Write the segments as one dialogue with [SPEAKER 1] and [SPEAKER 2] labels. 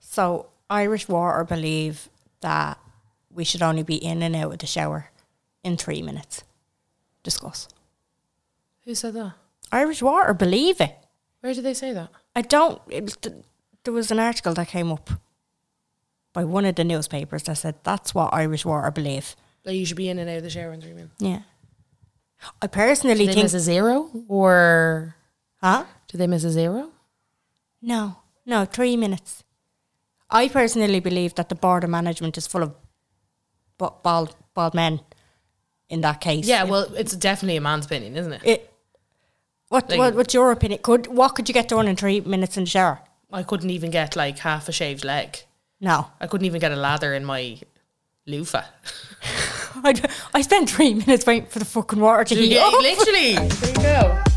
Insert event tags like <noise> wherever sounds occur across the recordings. [SPEAKER 1] So Irish water believe that we should only be in and out of the shower in three minutes. Discuss.
[SPEAKER 2] Who said that?
[SPEAKER 1] Irish water believe it.
[SPEAKER 2] Where did they say that?
[SPEAKER 1] I don't. It, was th- there was an article that came up by one of the newspapers that said that's what Irish water believe.
[SPEAKER 2] Like you should be in and out of the shower in three minutes.
[SPEAKER 1] Yeah. I personally
[SPEAKER 2] Did they
[SPEAKER 1] think.
[SPEAKER 2] miss a zero or
[SPEAKER 1] huh?
[SPEAKER 2] did they miss a zero?
[SPEAKER 1] No, no, three minutes. I personally believe that the board of management is full of ba- bald, bald men in that case.
[SPEAKER 2] Yeah, well, it's definitely a man's opinion, isn't it?
[SPEAKER 1] It. What,
[SPEAKER 2] Like-
[SPEAKER 1] what what's your opinion? Could what could you get done in three minutes in the shower?
[SPEAKER 2] I couldn't even get like half a shaved leg.
[SPEAKER 1] No, <laughs>
[SPEAKER 2] I couldn't even get a lather in my loofah. <laughs>
[SPEAKER 1] I, I spent three <laughs> minutes waiting for the fucking water to heat
[SPEAKER 2] Yeah, <laughs>
[SPEAKER 1] up.
[SPEAKER 2] literally. There you go.
[SPEAKER 1] <laughs>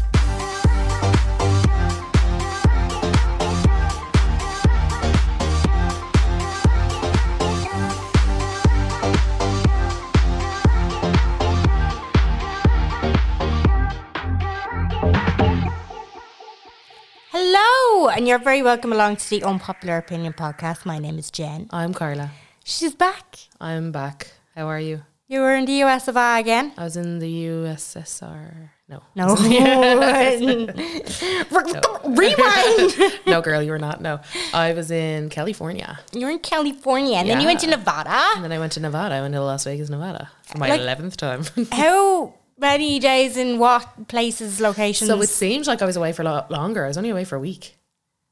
[SPEAKER 1] Hello, and you're very welcome along to the Unpopular Opinion podcast. My name is Jen.
[SPEAKER 2] I'm Carla.
[SPEAKER 1] She's back.
[SPEAKER 2] I'm back. How are you?
[SPEAKER 1] You were in the US of I again.
[SPEAKER 2] I was in the USSR. No. <laughs>
[SPEAKER 1] No, <laughs>
[SPEAKER 2] <laughs>
[SPEAKER 1] rewind. <laughs>
[SPEAKER 2] No, girl, you were not. No. I was in California.
[SPEAKER 1] You're in California, and then you went to
[SPEAKER 2] Yeah.
[SPEAKER 1] Nevada.
[SPEAKER 2] And then I went to Nevada. I went to Las Vegas, Nevada for my
[SPEAKER 1] Like-
[SPEAKER 2] 11th time. <laughs>
[SPEAKER 1] How many days in what places, locations?
[SPEAKER 2] So it seems like I was away for a lot longer. I was only away for a week.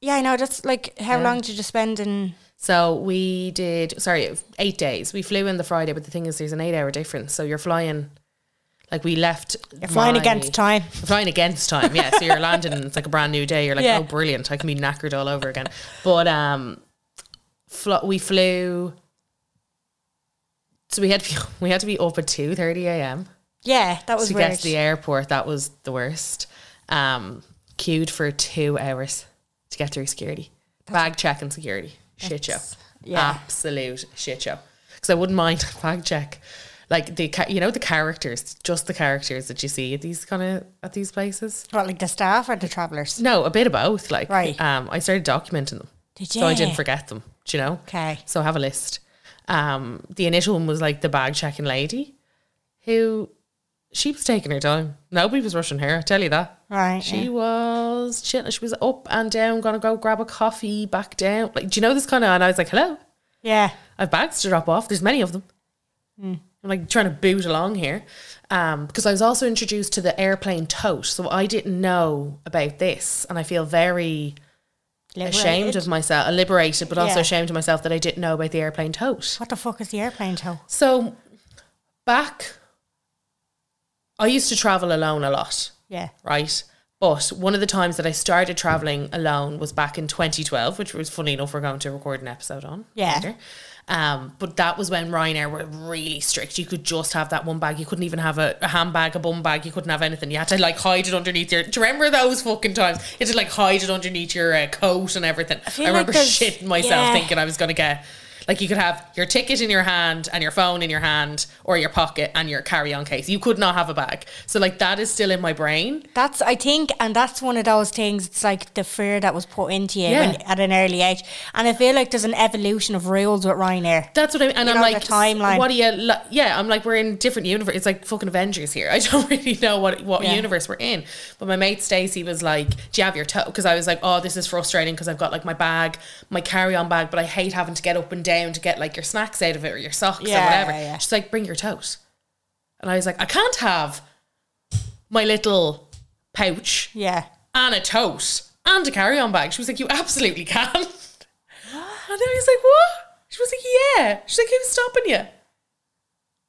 [SPEAKER 1] yeah, I know. Just like how long did you spend in?
[SPEAKER 2] So we did, sorry, eight days. We flew in the Friday, but the thing is, there's an eight hour difference. So you're flying, like we left.
[SPEAKER 1] You're flying
[SPEAKER 2] my-
[SPEAKER 1] against time.
[SPEAKER 2] You're flying against time, yeah. So you're landing, and it's like a brand new day. You're like,
[SPEAKER 1] Yeah.
[SPEAKER 2] oh, brilliant. I can be knackered all over again. But um, fl- we flew. So we had to be, <laughs> we had to be up at two thirty a.m.
[SPEAKER 1] Yeah, that was
[SPEAKER 2] to
[SPEAKER 1] weird.
[SPEAKER 2] get to the airport. That was the worst. Um, queued for two hours to get through security, bag check and security. Shit show,
[SPEAKER 1] yeah.
[SPEAKER 2] absolute shit show. Because I wouldn't mind bag check, like the ca- you know the characters, just the characters that you see at these kind of at these places.
[SPEAKER 1] What, like the staff or the travellers?
[SPEAKER 2] No, a bit of both. Like,
[SPEAKER 1] Right.
[SPEAKER 2] um, I started documenting them,
[SPEAKER 1] Did
[SPEAKER 2] so I
[SPEAKER 1] ya?
[SPEAKER 2] didn't forget them. Do you know?
[SPEAKER 1] 'Kay.
[SPEAKER 2] So I have a list. Um, the initial one was like the bag checking lady, who she was taking her time. Nobody was rushing her. I tell you that.
[SPEAKER 1] Right.
[SPEAKER 2] Mm. She
[SPEAKER 1] yeah.
[SPEAKER 2] was chilling. She was up and down, gonna go grab a coffee, back down. Like, do you know this kind of? And I was like, hello,
[SPEAKER 1] yeah.
[SPEAKER 2] I've bags to drop off. There's many of them. I'm like trying to boot along here. Um, because I was also introduced to the airplane tote. So I didn't know about this. And I feel very ashamed
[SPEAKER 1] Liberated.
[SPEAKER 2] of myself, uh, liberated, but also
[SPEAKER 1] Yeah.
[SPEAKER 2] ashamed of myself that I didn't know about the airplane tote.
[SPEAKER 1] What the fuck is the airplane tow?
[SPEAKER 2] So back, I used to travel alone a lot
[SPEAKER 1] Yeah.
[SPEAKER 2] right? But one of the times that I started traveling alone was back in 2012, which was funny enough. We're going to record an episode on.
[SPEAKER 1] Yeah.
[SPEAKER 2] Um, but that was when Ryanair were really strict. You could just have that one bag. You couldn't even have a, a handbag, a bum bag. You couldn't have anything. You had to like hide it underneath your. Do you remember those fucking times? You had to like hide it underneath your uh, coat and everything. I,
[SPEAKER 1] feel like
[SPEAKER 2] remember
[SPEAKER 1] there's-
[SPEAKER 2] shitting myself
[SPEAKER 1] yeah.
[SPEAKER 2] thinking I was going to get. Like you could have your ticket in your hand and your phone in your hand or your pocket and your carry on case. You could not have a bag. So like that is still in my brain.
[SPEAKER 1] That's I think, and that's one of those things. It's like the fear that was put into you
[SPEAKER 2] Yeah.
[SPEAKER 1] when, at an early age, and I feel like there's an evolution of rules with Ryanair.
[SPEAKER 2] That's what I mean. And
[SPEAKER 1] You
[SPEAKER 2] I'm
[SPEAKER 1] know, the
[SPEAKER 2] like,
[SPEAKER 1] timeline.
[SPEAKER 2] What do you? Li- yeah, I'm like, we're in different universe. It's like fucking Avengers here. <laughs> I don't really know what what
[SPEAKER 1] Yeah.
[SPEAKER 2] universe we're in. But my mate Stacey was like, "Do you have your toe?" Because I was like, "Oh, this is frustrating because I've got like my bag, my carry on bag, but I hate having to get up and down to get like your snacks out of it or your socks
[SPEAKER 1] Yeah,
[SPEAKER 2] or whatever."
[SPEAKER 1] yeah, yeah.
[SPEAKER 2] She's like, "Bring your tote," and I was like, "I can't have my little pouch
[SPEAKER 1] Yeah,
[SPEAKER 2] and a tote and a carry on bag. She was like, You absolutely can. And I was like, What? She was like, Yeah. She's like, Who's stopping you?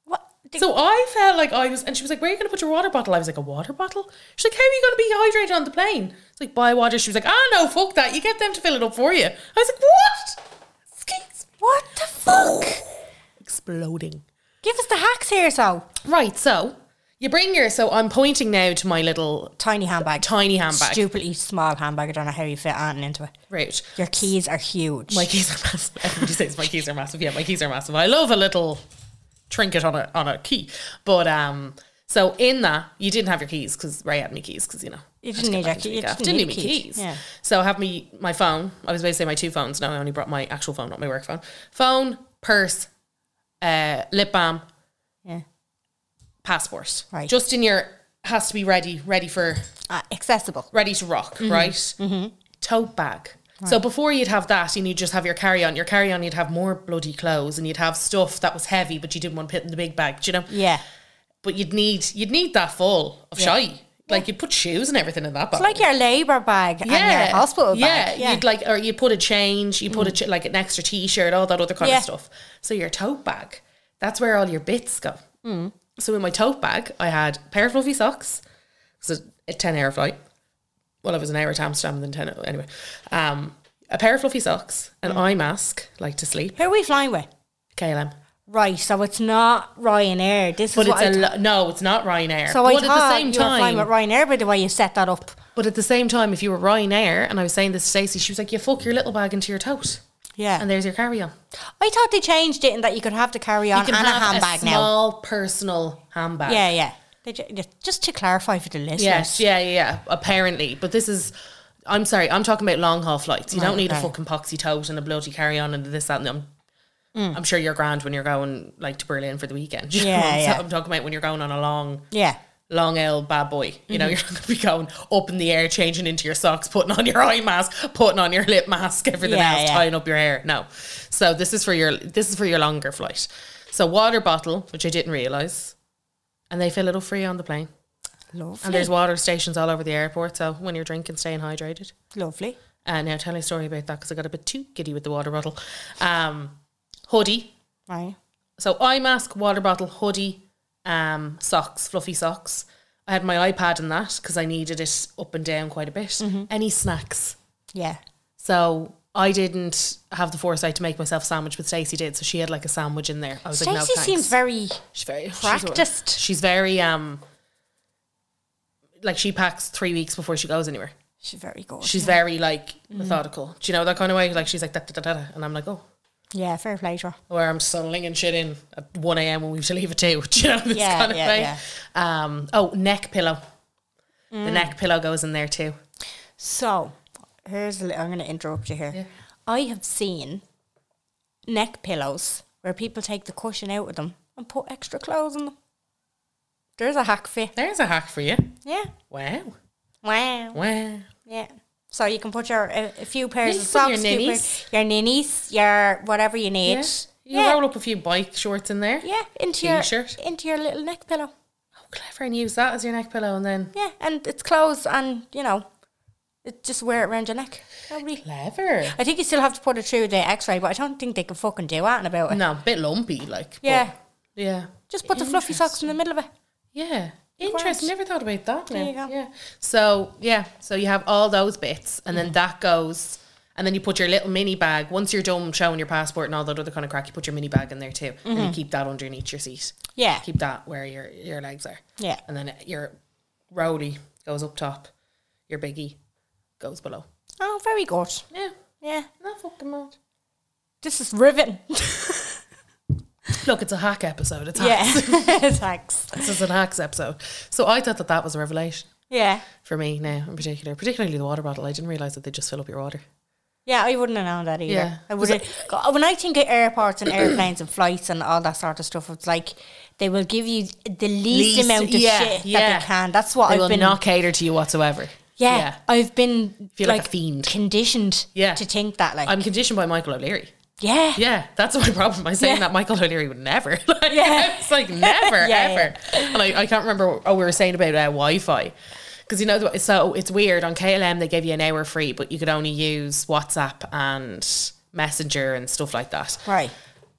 [SPEAKER 1] What? Did-
[SPEAKER 2] So I felt like I was, and she was like, "Where are you going to put your water bottle?" I was like, "A water bottle." She's like, "How are you going to be hydrated on the plane?" It's like, "Buy water." She was like, "Ah, no, fuck that. You get them to fill it up for you." I was like, "What?" Skeets.
[SPEAKER 1] what the fuck?
[SPEAKER 2] Exploding.
[SPEAKER 1] Give us the hacks here, so
[SPEAKER 2] Right. So you bring your. So I'm pointing now to my little
[SPEAKER 1] tiny handbag,
[SPEAKER 2] tiny handbag.
[SPEAKER 1] stupidly small handbag. I don't know how you fit Anton into it.
[SPEAKER 2] Right.
[SPEAKER 1] Your keys are huge.
[SPEAKER 2] My keys are massive. <laughs> Everybody says my keys are massive. Yeah, my keys are massive. I love a little trinket on a on a key. But um, so in that you didn't have your keys because Ray had me keys because you know
[SPEAKER 1] You
[SPEAKER 2] I
[SPEAKER 1] didn't
[SPEAKER 2] had to
[SPEAKER 1] need
[SPEAKER 2] get back
[SPEAKER 1] your key-
[SPEAKER 2] into the
[SPEAKER 1] you
[SPEAKER 2] gaff.
[SPEAKER 1] didn't need
[SPEAKER 2] me
[SPEAKER 1] your keys.
[SPEAKER 2] keys.
[SPEAKER 1] Yeah.
[SPEAKER 2] So I have me my phone. I was about to say my two phones. No, I only brought my actual phone, not my work phone. Phone, purse, uh, lip balm,
[SPEAKER 1] yeah.
[SPEAKER 2] passport.
[SPEAKER 1] Right.
[SPEAKER 2] Just in your has to be ready, ready for
[SPEAKER 1] Uh, accessible.
[SPEAKER 2] ready to rock,
[SPEAKER 1] Mm-hmm.
[SPEAKER 2] right? Tote bag. So before you'd have that, and you'd just have your carry on. Your carry on, you'd have more bloody clothes, and you'd have stuff that was heavy, but you didn't want to put in the big bag. Do you know?
[SPEAKER 1] Yeah.
[SPEAKER 2] But you'd need you'd need that full of shite. Like you'd put shoes and everything in that
[SPEAKER 1] It's
[SPEAKER 2] bag.
[SPEAKER 1] like your labour bag and your hospital
[SPEAKER 2] yeah.
[SPEAKER 1] bag. Yeah. Mm.
[SPEAKER 2] you'd like, or you put a change, you put a ch- like an extra t-shirt, all that other kind
[SPEAKER 1] Yeah.
[SPEAKER 2] of stuff. So your tote bag, that's where all your bits go.
[SPEAKER 1] Mm.
[SPEAKER 2] So in my tote bag, I had a pair of fluffy socks. It was a, a ten hour flight. Well, it was an hour to Amsterdam, then ten. Anyway, um, a pair of fluffy socks,
[SPEAKER 1] Mm.
[SPEAKER 2] an eye mask, like to sleep.
[SPEAKER 1] Who are we flying with?
[SPEAKER 2] KLM,
[SPEAKER 1] Right, so it's not Ryanair. This
[SPEAKER 2] but
[SPEAKER 1] is
[SPEAKER 2] it's
[SPEAKER 1] what
[SPEAKER 2] a
[SPEAKER 1] I
[SPEAKER 2] lo- no, it's not Ryanair.
[SPEAKER 1] so
[SPEAKER 2] but
[SPEAKER 1] I
[SPEAKER 2] at
[SPEAKER 1] thought
[SPEAKER 2] the same
[SPEAKER 1] you were flying
[SPEAKER 2] time,
[SPEAKER 1] with Ryanair by the way you set that up.
[SPEAKER 2] but at the same time, if you were Ryanair, and I was saying this to Stacey, she was like, "You fuck your little bag into your tote,
[SPEAKER 1] Yeah,
[SPEAKER 2] and there's your carry on."
[SPEAKER 1] I thought they changed it in that you could have the carry on
[SPEAKER 2] you can
[SPEAKER 1] and a
[SPEAKER 2] have
[SPEAKER 1] handbag
[SPEAKER 2] a
[SPEAKER 1] now.
[SPEAKER 2] small personal handbag.
[SPEAKER 1] Yeah, yeah. They ju- just to clarify for the listeners,
[SPEAKER 2] Yes. Yeah. Yeah. yeah, Apparently, but this is. I'm sorry. I'm talking about long haul flights. You don't need a
[SPEAKER 1] okay.
[SPEAKER 2] fucking poxy tote and a bloody carry on and this that and the- I'm, I'm sure you're grand when you're going like to Berlin for the weekend. <laughs> You know
[SPEAKER 1] Mm. Yeah,
[SPEAKER 2] what I'm sa-
[SPEAKER 1] yeah.
[SPEAKER 2] I'm talking about when you're going on a long,
[SPEAKER 1] yeah,
[SPEAKER 2] long L bad boy. You know,
[SPEAKER 1] Mm-hmm.
[SPEAKER 2] you're not gonna be going up in the air, changing into your socks, putting on your eye mask, putting on your lip mask, everything
[SPEAKER 1] Yeah,
[SPEAKER 2] else,
[SPEAKER 1] yeah.
[SPEAKER 2] tying up your hair. No. So this is for your this is for your longer flight. So water bottle, which I didn't realise. And they fill it up for you on the plane.
[SPEAKER 1] lovely,
[SPEAKER 2] And there's water stations all over the airport. So when you're drinking, staying hydrated.
[SPEAKER 1] lovely.
[SPEAKER 2] Uh, now tell me a story about that because I got a bit too giddy with the water bottle. Um, hoodie.
[SPEAKER 1] Right,
[SPEAKER 2] So eye mask, water bottle, hoodie, um, socks, fluffy socks. I had my iPad in that because I needed it up and down quite a bit.
[SPEAKER 1] Mm-hmm.
[SPEAKER 2] Any snacks.
[SPEAKER 1] yeah,
[SPEAKER 2] So I didn't have the foresight to make myself a sandwich, but Stacey did. So she had like a sandwich in there. I was
[SPEAKER 1] Stacey
[SPEAKER 2] like, no, thanks.
[SPEAKER 1] seems very
[SPEAKER 2] She's very she's all-
[SPEAKER 1] practiced.
[SPEAKER 2] She's very um like she packs three weeks before she goes anywhere.
[SPEAKER 1] She's very good.
[SPEAKER 2] She's very like methodical. Do you know that kind of way? Like she's like da da da da, da and I'm like, oh,
[SPEAKER 1] yeah, fair play to her.
[SPEAKER 2] where I'm sunning and shit in at one a.m. when we have to leave at two. Do you <laughs> know this
[SPEAKER 1] Yeah,
[SPEAKER 2] kind of
[SPEAKER 1] yeah,
[SPEAKER 2] way?
[SPEAKER 1] yeah. Mm.
[SPEAKER 2] Um, oh, neck pillow. The neck pillow goes in there too.
[SPEAKER 1] So here's a little, I'm going to interrupt you here. I have seen neck pillows where people take the cushion out of them and put extra clothes on them. There's a hack fit.
[SPEAKER 2] There's a hack for you.
[SPEAKER 1] Yeah.
[SPEAKER 2] Wow,
[SPEAKER 1] Wow.
[SPEAKER 2] wow.
[SPEAKER 1] Yeah. So you can put your a, a few pairs
[SPEAKER 2] You
[SPEAKER 1] of
[SPEAKER 2] can put your
[SPEAKER 1] socks, your
[SPEAKER 2] ninnies.
[SPEAKER 1] ninnies, your, ninnies, your whatever you need.
[SPEAKER 2] Yeah. You
[SPEAKER 1] yeah.
[SPEAKER 2] roll up a few bike shorts in there.
[SPEAKER 1] Yeah, into your
[SPEAKER 2] T-shirt.
[SPEAKER 1] into your little neck pillow.
[SPEAKER 2] Oh, clever, and use that as your neck pillow, and then
[SPEAKER 1] Yeah, and it's clothes, and you know, it just wear it around your neck. Nobody.
[SPEAKER 2] clever.
[SPEAKER 1] I think you still have to put it through the X-ray, but I don't think they can fucking do anything about it.
[SPEAKER 2] No, a bit lumpy, like. but-
[SPEAKER 1] Yeah.
[SPEAKER 2] yeah.
[SPEAKER 1] Just put the fluffy socks in the middle of it.
[SPEAKER 2] Yeah. Interesting. Never thought about that. Now.
[SPEAKER 1] you go.
[SPEAKER 2] Yeah. So yeah. So you have all those bits, and
[SPEAKER 1] Mm-hmm.
[SPEAKER 2] then that goes, and then you put your little mini bag. Once you're done showing your passport and all that other kind of crack, you put your mini bag in there too, and you keep that underneath your seat.
[SPEAKER 1] Mm-hmm. Yeah.
[SPEAKER 2] Keep that where your your legs are.
[SPEAKER 1] Yeah.
[SPEAKER 2] And then your roly goes up top. Your biggie goes below.
[SPEAKER 1] Oh, very good.
[SPEAKER 2] Yeah.
[SPEAKER 1] Yeah.
[SPEAKER 2] Not fucking mad.
[SPEAKER 1] This is riveting.
[SPEAKER 2] Look, it's a hack episode. It's
[SPEAKER 1] yeah. <laughs>
[SPEAKER 2] hacks.
[SPEAKER 1] Thanks.
[SPEAKER 2] this is an hacks episode. So I thought that that was a revelation
[SPEAKER 1] Yeah.
[SPEAKER 2] for me now, in particular, particularly the water bottle. I didn't realize that they just fill up your water.
[SPEAKER 1] Yeah, I wouldn't have known that either.
[SPEAKER 2] Yeah.
[SPEAKER 1] I would have. When I think of airports and airplanes and flights and all that sort of stuff, it's like they will give you the least,
[SPEAKER 2] Least-
[SPEAKER 1] amount of
[SPEAKER 2] yeah,
[SPEAKER 1] shit
[SPEAKER 2] yeah.
[SPEAKER 1] that they can. That's what
[SPEAKER 2] They will
[SPEAKER 1] I've been.
[SPEAKER 2] not cater to you whatsoever.
[SPEAKER 1] yeah, I've been
[SPEAKER 2] Feel like a fiend.
[SPEAKER 1] conditioned
[SPEAKER 2] Yeah.
[SPEAKER 1] to think that. Like,
[SPEAKER 2] I'm conditioned by Michael O'Leary.
[SPEAKER 1] yeah,
[SPEAKER 2] Yeah, that's my problem. I'm saying
[SPEAKER 1] Yeah.
[SPEAKER 2] that Michael O'Leary would never. <laughs> Like,
[SPEAKER 1] Yeah.
[SPEAKER 2] It's like
[SPEAKER 1] <laughs>
[SPEAKER 2] never,
[SPEAKER 1] Yeah,
[SPEAKER 2] ever. And I, I can't remember what we were saying about uh, Wi Fi. because you know the- so it's weird on KLM they gave you an hour free, but you could only use WhatsApp and Messenger and stuff like that.
[SPEAKER 1] Right.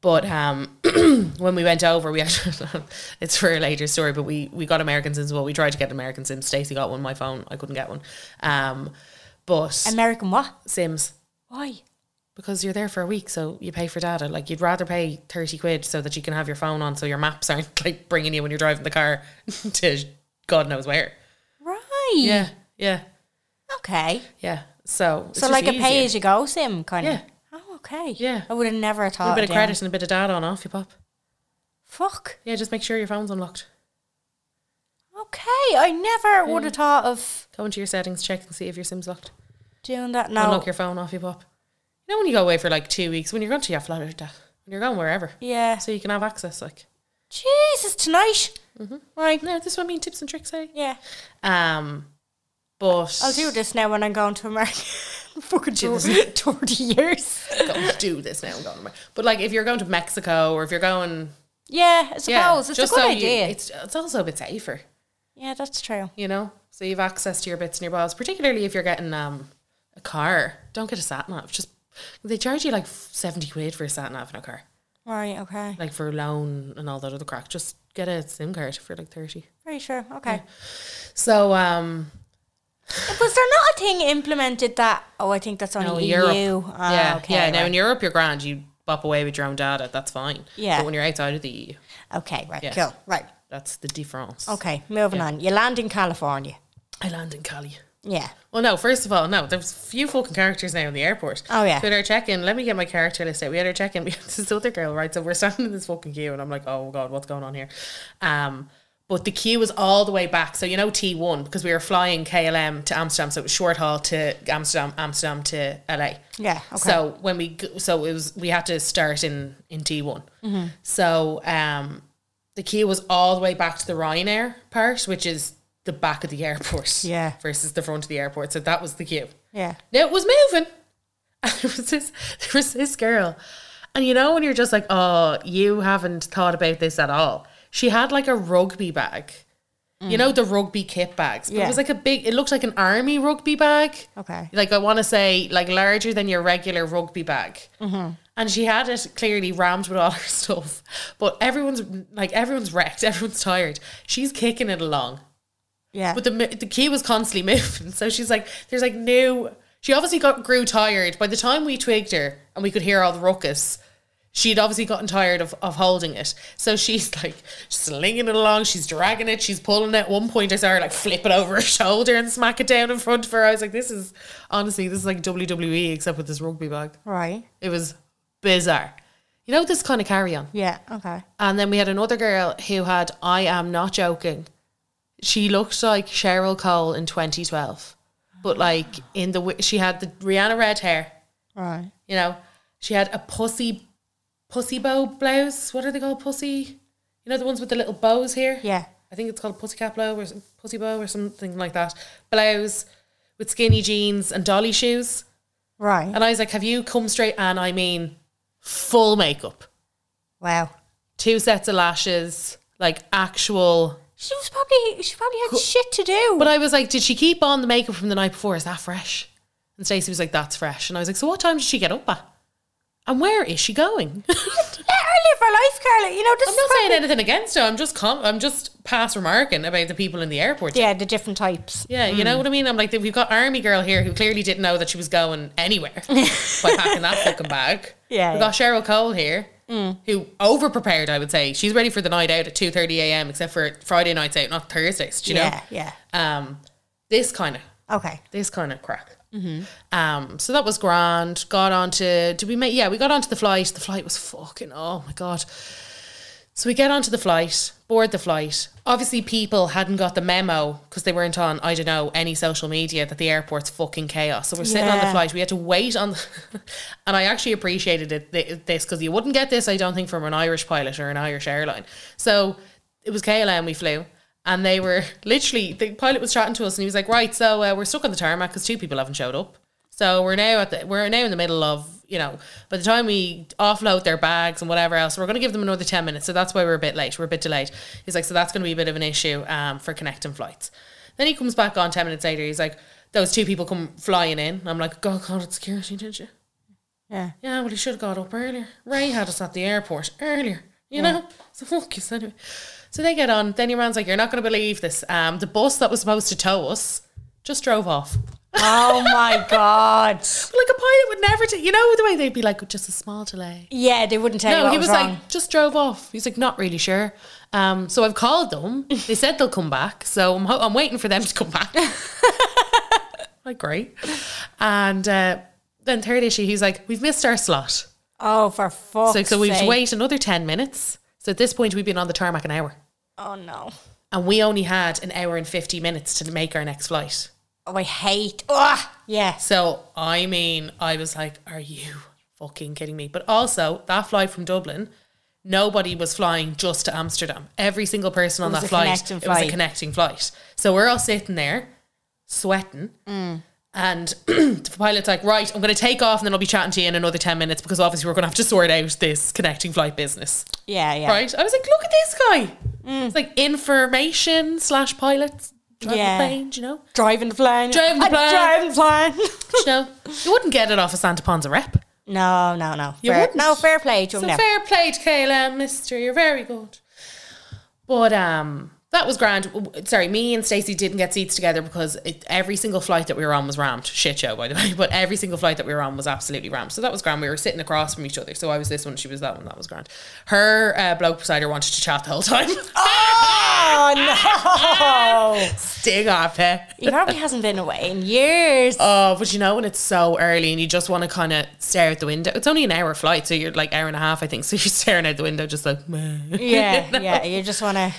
[SPEAKER 2] But um, <clears throat> when we went over, we actually <laughs> it's for a later story. But we we got American Sims. Well, we tried to get an American Sims. Stacey got one. My phone, I couldn't get one. Um, but
[SPEAKER 1] American what?
[SPEAKER 2] Sims
[SPEAKER 1] Why?
[SPEAKER 2] because you're there for a week, so you pay for data. Like you'd rather pay thirty quid so that you can have your phone on, so your maps aren't <laughs> like bringing you when you're driving the car <laughs> to God knows where.
[SPEAKER 1] Right.
[SPEAKER 2] Yeah, yeah,
[SPEAKER 1] Okay.
[SPEAKER 2] yeah. So it's
[SPEAKER 1] so
[SPEAKER 2] just
[SPEAKER 1] like a
[SPEAKER 2] easier.
[SPEAKER 1] pay as you go sim kind of.
[SPEAKER 2] Yeah.
[SPEAKER 1] Oh, okay.
[SPEAKER 2] Yeah.
[SPEAKER 1] I would have never
[SPEAKER 2] a little
[SPEAKER 1] thought.
[SPEAKER 2] bit of
[SPEAKER 1] of
[SPEAKER 2] credit
[SPEAKER 1] doing-
[SPEAKER 2] and a bit of data on off you pop.
[SPEAKER 1] Fuck.
[SPEAKER 2] Yeah, just make sure your phone's unlocked.
[SPEAKER 1] Okay. I never would have thought of
[SPEAKER 2] Go into your settings, check and see if your sim's locked.
[SPEAKER 1] doing that now.
[SPEAKER 2] Unlock your phone off you pop. You know when you go away for like two weeks, when you're going to your flat or that, when you're going wherever,
[SPEAKER 1] yeah.
[SPEAKER 2] so you can have access. Like,
[SPEAKER 1] Jesus, tonight.
[SPEAKER 2] right? No, this is what I mean. Tips and tricks, hey.
[SPEAKER 1] Yeah.
[SPEAKER 2] Um, but
[SPEAKER 1] I'll do
[SPEAKER 2] <laughs>
[SPEAKER 1] this now when I'm going to America. <laughs> Fucking do this 20 years.
[SPEAKER 2] Go do this now. I'm going away. But like, if you're going to Mexico or if you're going,
[SPEAKER 1] Yeah, I suppose.
[SPEAKER 2] yeah,
[SPEAKER 1] it's a good
[SPEAKER 2] just so you-
[SPEAKER 1] idea.
[SPEAKER 2] it's it's also a bit safer.
[SPEAKER 1] yeah, that's true.
[SPEAKER 2] you know. So you've access to your bits and your balls, particularly if you're getting um a car. Don't get a sat nav. Just they charge you like seventy quid for a sat nav in a car,
[SPEAKER 1] Right, okay.
[SPEAKER 2] like for a loan and all that other crack. Just get a SIM card for like thirty.
[SPEAKER 1] Pretty sure. Okay.
[SPEAKER 2] So um,
[SPEAKER 1] Was there not a thing implemented that? Oh, I think that's only
[SPEAKER 2] no,
[SPEAKER 1] EU.
[SPEAKER 2] Europe,
[SPEAKER 1] Oh,
[SPEAKER 2] yeah,
[SPEAKER 1] okay,
[SPEAKER 2] yeah.
[SPEAKER 1] right.
[SPEAKER 2] Now in E Europe, you're grand. You bop away with your own data. That's fine.
[SPEAKER 1] Yeah.
[SPEAKER 2] but when you're outside of the EU,
[SPEAKER 1] Okay, right,
[SPEAKER 2] Yeah.
[SPEAKER 1] cool. Right.
[SPEAKER 2] that's the difference.
[SPEAKER 1] Okay, moving on. You land in California.
[SPEAKER 2] I land in Cali.
[SPEAKER 1] Yeah.
[SPEAKER 2] Well, no. First of all, no. There's few fucking characters now in the airport.
[SPEAKER 1] Oh, yeah.
[SPEAKER 2] So at our check-in, let me get my character list out. We had our check-in. <laughs> We had this other girl, right? So we're standing in this fucking queue, and I'm like, oh god, what's going on here? Um, but the queue was all the way back. So you know T one because we were flying KLM to Amsterdam, so it was short haul to Amsterdam, Amsterdam to LA.
[SPEAKER 1] Yeah, okay.
[SPEAKER 2] So when we g- so it was we had to start in in T one.
[SPEAKER 1] Mm-hmm.
[SPEAKER 2] So um, the queue was all the way back to the Ryanair part, which is the back of the airport.
[SPEAKER 1] <laughs> Yeah.
[SPEAKER 2] Versus the front of the airport. So that was the queue.
[SPEAKER 1] Yeah.
[SPEAKER 2] Now it was moving. <laughs> And there was this there was this girl. And you know when you're just like, oh, you haven't thought about this at all. She had like a rugby bag. You know the rugby kit bags. But
[SPEAKER 1] Mm. Yeah.
[SPEAKER 2] It was like a big it looked like an army rugby bag.
[SPEAKER 1] Okay.
[SPEAKER 2] Like I want to say like larger than your regular rugby bag. And she had it clearly rammed with all her <laughs> stuff. But everyone's like everyone's wrecked, <laughs> everyone's tired. She's kicking it along.
[SPEAKER 1] Yeah.
[SPEAKER 2] But the mo- the key was constantly <laughs> moving, so she's like, "There's like new." She obviously got grew tired. By the time we twigged her and we could hear all the ruckus, she'd obviously gotten tired of, of holding it. So she's <laughs> like slinging it along. She's dragging it. She's pulling it. At one point, I saw her like flip it over her <laughs> shoulder and smack it down in front of her. I was like, "This is honestly, this is like WWE except with this rugby bag."
[SPEAKER 1] right.
[SPEAKER 2] It was bizarre. You know this kind of carry on.
[SPEAKER 1] Yeah, okay.
[SPEAKER 2] And then we had another girl who had, I am not joking, she looked like Cheryl Cole in 2012. But like in the, wi- she had the Rihanna red hair,
[SPEAKER 1] Right.
[SPEAKER 2] you know, she had a pussy, pussy bow blouse. What are they called? Pussy? You know, the ones with the little bows here?
[SPEAKER 1] Yeah.
[SPEAKER 2] I think it's called a pussycat blow or some- pussy bow or something like that. Blouse with skinny jeans and dolly shoes.
[SPEAKER 1] Right.
[SPEAKER 2] And I was like, have you come straight? And I mean, full makeup
[SPEAKER 1] Wow.
[SPEAKER 2] two sets of lashes, like actual.
[SPEAKER 1] She was probably she probably had shit to do.
[SPEAKER 2] But I was like, did she keep on the makeup from the night before? Is that fresh? And Stacey was like, that's fresh. And I was like, so what time did she get up at? And where is she going? <laughs>
[SPEAKER 1] Let her live her life, Carla. You know, this
[SPEAKER 2] I'm
[SPEAKER 1] is
[SPEAKER 2] not saying
[SPEAKER 1] probably-
[SPEAKER 2] anything against her. I'm just com- I'm just past remarking about the people in the airport.
[SPEAKER 1] Yeah, Mm. the different types.
[SPEAKER 2] Yeah, you know what I mean? I'm like, we've got Army Girl here who clearly didn't know that she was going
[SPEAKER 1] <laughs>
[SPEAKER 2] anywhere by packing that fucking bag.
[SPEAKER 1] Yeah, Mm.
[SPEAKER 2] We've got Cheryl Cole here who over prepared, I would say. She's ready for the night out at 2.30 a.m. except for Friday nights out, not Thursdays, do you know? Uh,
[SPEAKER 1] yeah, yeah.
[SPEAKER 2] um this kind of
[SPEAKER 1] Okay.
[SPEAKER 2] this kind of crack um so that was grand got onto did we make yeah we got onto the flight the flight was fucking oh my god so we get onto the flight board the flight obviously people hadn't got the memo because they weren't on i don't know any social media that the airport's fucking chaos so we're sitting on the
[SPEAKER 1] Yeah.
[SPEAKER 2] flight we had to wait on <laughs> the, and i actually appreciated it thi- this because you wouldn't get this i don't think from an irish pilot or an irish airline so it was KLM we flew, and they were <laughs> literally the pilot was chatting to us, and he was like, "Right, so uh, we're stuck on the tarmac because two people haven't showed up, so we're now at the we're now in the middle of you know by the time we offload their bags and whatever else, we're going to give them another ten minutes, so that's why we're a bit late, we're a bit delayed." He's like, "So that's going to be a bit of an issue um, for connecting flights." Then he comes back on 10 minutes later. He's like, those two people come flying in. I'm like, God, God, it's security, didn't you?
[SPEAKER 1] Yeah.
[SPEAKER 2] Yeah, well, he should have got up earlier. Ray had us at the airport earlier, you know? <laughs> So fuck you, anyway. So they get on. Then your man's like, you're not going to believe this. Um, The bus that was supposed to tow us just drove off.
[SPEAKER 1] Oh
[SPEAKER 2] <laughs>
[SPEAKER 1] my god.
[SPEAKER 2] Like a pilot would never, do, you know, the way they'd be like, just a small delay.
[SPEAKER 1] Yeah, they wouldn't tell you
[SPEAKER 2] No,
[SPEAKER 1] what
[SPEAKER 2] he was,
[SPEAKER 1] was, wrong.
[SPEAKER 2] like, just drove off. He's like, not really sure. Um, so I've called them. They said they'll come back. So I'm, ho- I'm waiting for them to
[SPEAKER 1] <laughs>
[SPEAKER 2] come back. like, great. And uh, then third issue, he's like, we've missed our slot.
[SPEAKER 1] oh, for fuck's
[SPEAKER 2] So,
[SPEAKER 1] sake.
[SPEAKER 2] so we've to wait another 10 minutes. So at this point, we've been on the tarmac an hour.
[SPEAKER 1] Oh no.
[SPEAKER 2] And we only had an hour and 50 minutes to make our next flight.
[SPEAKER 1] Oh, I hate. Ugh. Yes.
[SPEAKER 2] So, I mean, I was like, are you fucking kidding me? But also, that flight from Dublin, nobody was flying just to Amsterdam. Every single person on
[SPEAKER 1] was
[SPEAKER 2] that
[SPEAKER 1] a
[SPEAKER 2] flight,
[SPEAKER 1] connecting
[SPEAKER 2] it was a
[SPEAKER 1] flight.
[SPEAKER 2] connecting flight. So we're all sitting there, sweating.
[SPEAKER 1] Mm.
[SPEAKER 2] And <clears throat> the pilot's like, right, I'm going to take off and then I'll be chatting to you in another 10 minutes because obviously we're going to have to sort out this connecting flight business.
[SPEAKER 1] Yeah, Mm. yeah.
[SPEAKER 2] right? I was like, look at this guy. It's like information slash pilots. Driving
[SPEAKER 1] Yeah.
[SPEAKER 2] plane, do you know?
[SPEAKER 1] Driving the plane.
[SPEAKER 2] Driving the
[SPEAKER 1] I'm
[SPEAKER 2] plane.
[SPEAKER 1] Driving the
[SPEAKER 2] Do
[SPEAKER 1] plane. <laughs>
[SPEAKER 2] you know? You wouldn't get it off a Santa Ponza rep.
[SPEAKER 1] no, no, no.
[SPEAKER 2] You
[SPEAKER 1] fair,
[SPEAKER 2] wouldn't.
[SPEAKER 1] No, fair play to
[SPEAKER 2] So
[SPEAKER 1] him now.
[SPEAKER 2] fair play to KLM, mister. You're very good. But um, that was grand. W- Sorry, me and Stacey didn't get seats together because it, every single flight that we were on was rammed. Shit show, by the way. <laughs> But every single flight that we were on was absolutely rammed. So that was grand. We were sitting across from each other. So I was this one, she was that one. That was grand. Her uh, bloke beside her wanted to chat the whole time. <laughs>
[SPEAKER 1] Oh no.
[SPEAKER 2] Sting off her.
[SPEAKER 1] He probably hasn't been away in years.
[SPEAKER 2] Oh, but you know when it's so early and you just want to kind of stare out the window. It's only an hour flight, so you're like hour and a half, I think. <laughs> So you're staring out the window, just like meh. <laughs>
[SPEAKER 1] yeah, yeah. You just want to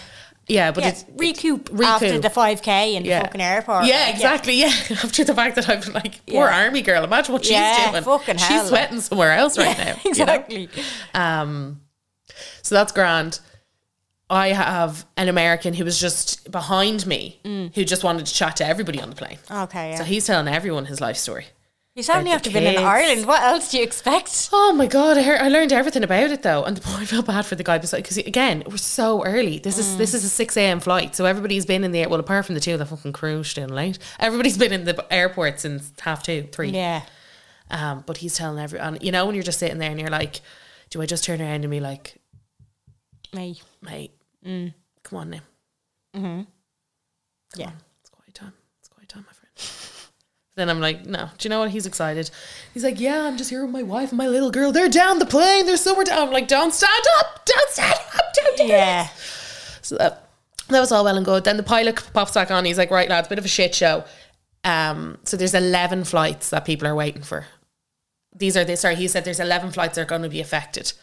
[SPEAKER 2] yeah. But
[SPEAKER 1] yeah,
[SPEAKER 2] it's
[SPEAKER 1] recoup,
[SPEAKER 2] recoup.
[SPEAKER 1] after the 5K in
[SPEAKER 2] yeah.
[SPEAKER 1] the fucking airport.
[SPEAKER 2] Yeah,
[SPEAKER 1] Like,
[SPEAKER 2] exactly. Yeah. <laughs> after the fact that I've been like poor
[SPEAKER 1] Yeah.
[SPEAKER 2] army girl. Imagine what she's
[SPEAKER 1] Yeah,
[SPEAKER 2] doing.
[SPEAKER 1] fucking
[SPEAKER 2] she's
[SPEAKER 1] hell.
[SPEAKER 2] sweating somewhere else
[SPEAKER 1] <laughs>
[SPEAKER 2] right now. you know?
[SPEAKER 1] Exactly.
[SPEAKER 2] Um, so that's grand. I have an American who was just behind me, who just wanted to chat to everybody on the plane.
[SPEAKER 1] Okay, Mm. Oh, yeah.
[SPEAKER 2] So he's telling everyone his life story.
[SPEAKER 1] you certainly
[SPEAKER 2] the
[SPEAKER 1] have to have been in
[SPEAKER 2] kids.
[SPEAKER 1] Ireland. What else do you expect?
[SPEAKER 2] Oh my god, I, heard, I learned everything about it though, and the <laughs> boy felt bad for the guy beside because again, it was so early. This is
[SPEAKER 1] Mm.
[SPEAKER 2] this is a six a.m. flight, so everybody's been in the air. Well, apart from the two that fucking crewed in late, everybody's been in the airport since half two, three.
[SPEAKER 1] Yeah.
[SPEAKER 2] Um, but he's telling everyone, you know, when you're just sitting there and you're like, do I just turn around and be like,
[SPEAKER 1] Me.
[SPEAKER 2] mate, come on now, mm-hmm.
[SPEAKER 1] Yeah.
[SPEAKER 2] it's quiet time, it's quiet time, my friend. <laughs> Then I'm like, no. Do you know what? He's excited. He's like, yeah, I'm just here with my wife and my little girl. They're down the plane. They're somewhere down. I'm like, don't stand up. Don't stand up. Don't do yeah.
[SPEAKER 1] Yeah.
[SPEAKER 2] So that, that was all well and good. Then the pilot pops back on. He's like, right, lads, bit of a shit show. Um, so there's 11 flights that people are waiting for. These are the, sorry, he said there's 11 flights that are going to be affected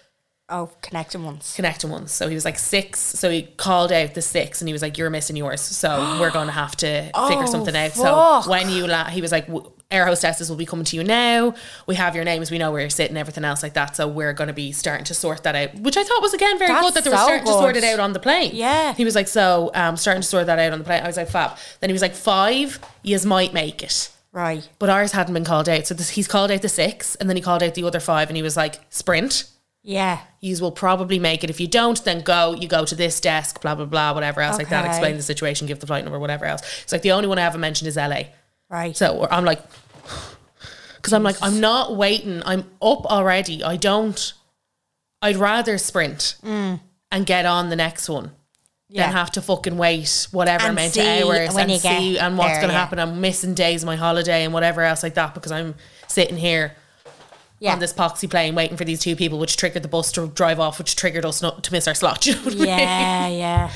[SPEAKER 1] Oh, connecting ones.
[SPEAKER 2] connecting ones. So he was like six. So he called out the six, and he was like, "You're missing
[SPEAKER 1] <gasps>
[SPEAKER 2] yours, so we're going to have to figure something out."
[SPEAKER 1] Oh, fuck.
[SPEAKER 2] So when you, la- he was like, "W- "Air hostesses will be coming to you now. We have your names. We know where you're sitting, everything else like that. So we're going to be starting to sort that out." Which I thought was again very
[SPEAKER 1] That's
[SPEAKER 2] good that they were
[SPEAKER 1] so
[SPEAKER 2] starting to
[SPEAKER 1] good.
[SPEAKER 2] sort it out on the plane.
[SPEAKER 1] Yeah.
[SPEAKER 2] He was like, "So um, starting to sort that out on the plane." I was like, "Fab." Then he was like, five, yous might make it."
[SPEAKER 1] Right.
[SPEAKER 2] But ours hadn't been called out. So this, he's called out the six and then he called out the other five and he was like, sprint
[SPEAKER 1] Yeah.
[SPEAKER 2] you will probably make it. If you don't, then go. You go to this desk, blah blah blah, whatever else like that.
[SPEAKER 1] Okay.
[SPEAKER 2] Explain the situation, give the flight number, whatever else. It's like the only one I haven't mentioned is LA.
[SPEAKER 1] Right.
[SPEAKER 2] So I'm like, <sighs> because I'm like, I'm not waiting. I'm up already. I don't. I'd rather sprint and get on the next one
[SPEAKER 1] Mm. yeah.
[SPEAKER 2] than have to fucking wait whatever
[SPEAKER 1] And
[SPEAKER 2] amount
[SPEAKER 1] see
[SPEAKER 2] of hours
[SPEAKER 1] when
[SPEAKER 2] and
[SPEAKER 1] you get
[SPEAKER 2] see and what's
[SPEAKER 1] there,
[SPEAKER 2] going to
[SPEAKER 1] yeah.
[SPEAKER 2] happen. I'm missing days of my holiday and whatever else like that because I'm sitting here
[SPEAKER 1] yeah.
[SPEAKER 2] on this poxy plane waiting for these two people, which triggered the bus to drive off, which triggered us not to miss our slot. <laughs> you know what I mean? <laughs>
[SPEAKER 1] yeah, yeah.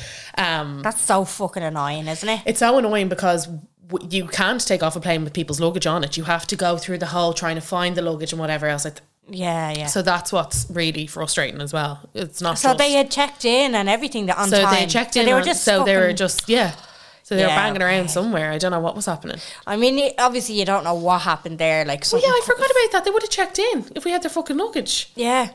[SPEAKER 2] Um,
[SPEAKER 1] That's so fucking annoying, isn't it?
[SPEAKER 2] it's so annoying because w- you can't take off a plane with people's luggage on it. You have to go through the whole trying to find the luggage and whatever else. Like th-
[SPEAKER 1] Yeah, yeah. So,
[SPEAKER 2] so that's what's really frustrating as well. It's not just,
[SPEAKER 1] they had checked in and everything on
[SPEAKER 2] so
[SPEAKER 1] time.
[SPEAKER 2] they checked
[SPEAKER 1] So
[SPEAKER 2] in.
[SPEAKER 1] they were
[SPEAKER 2] on-
[SPEAKER 1] just
[SPEAKER 2] so they were
[SPEAKER 1] fucking-
[SPEAKER 2] just yeah. So they were
[SPEAKER 1] Yeah,
[SPEAKER 2] banging around
[SPEAKER 1] okay.
[SPEAKER 2] somewhere. I don't know what was happening.
[SPEAKER 1] I mean, it- obviously, you don't know what happened there. Like,
[SPEAKER 2] Well, yeah, I
[SPEAKER 1] something-
[SPEAKER 2] forgot about that. They would have checked in if we had their fucking luggage.
[SPEAKER 1] Yeah.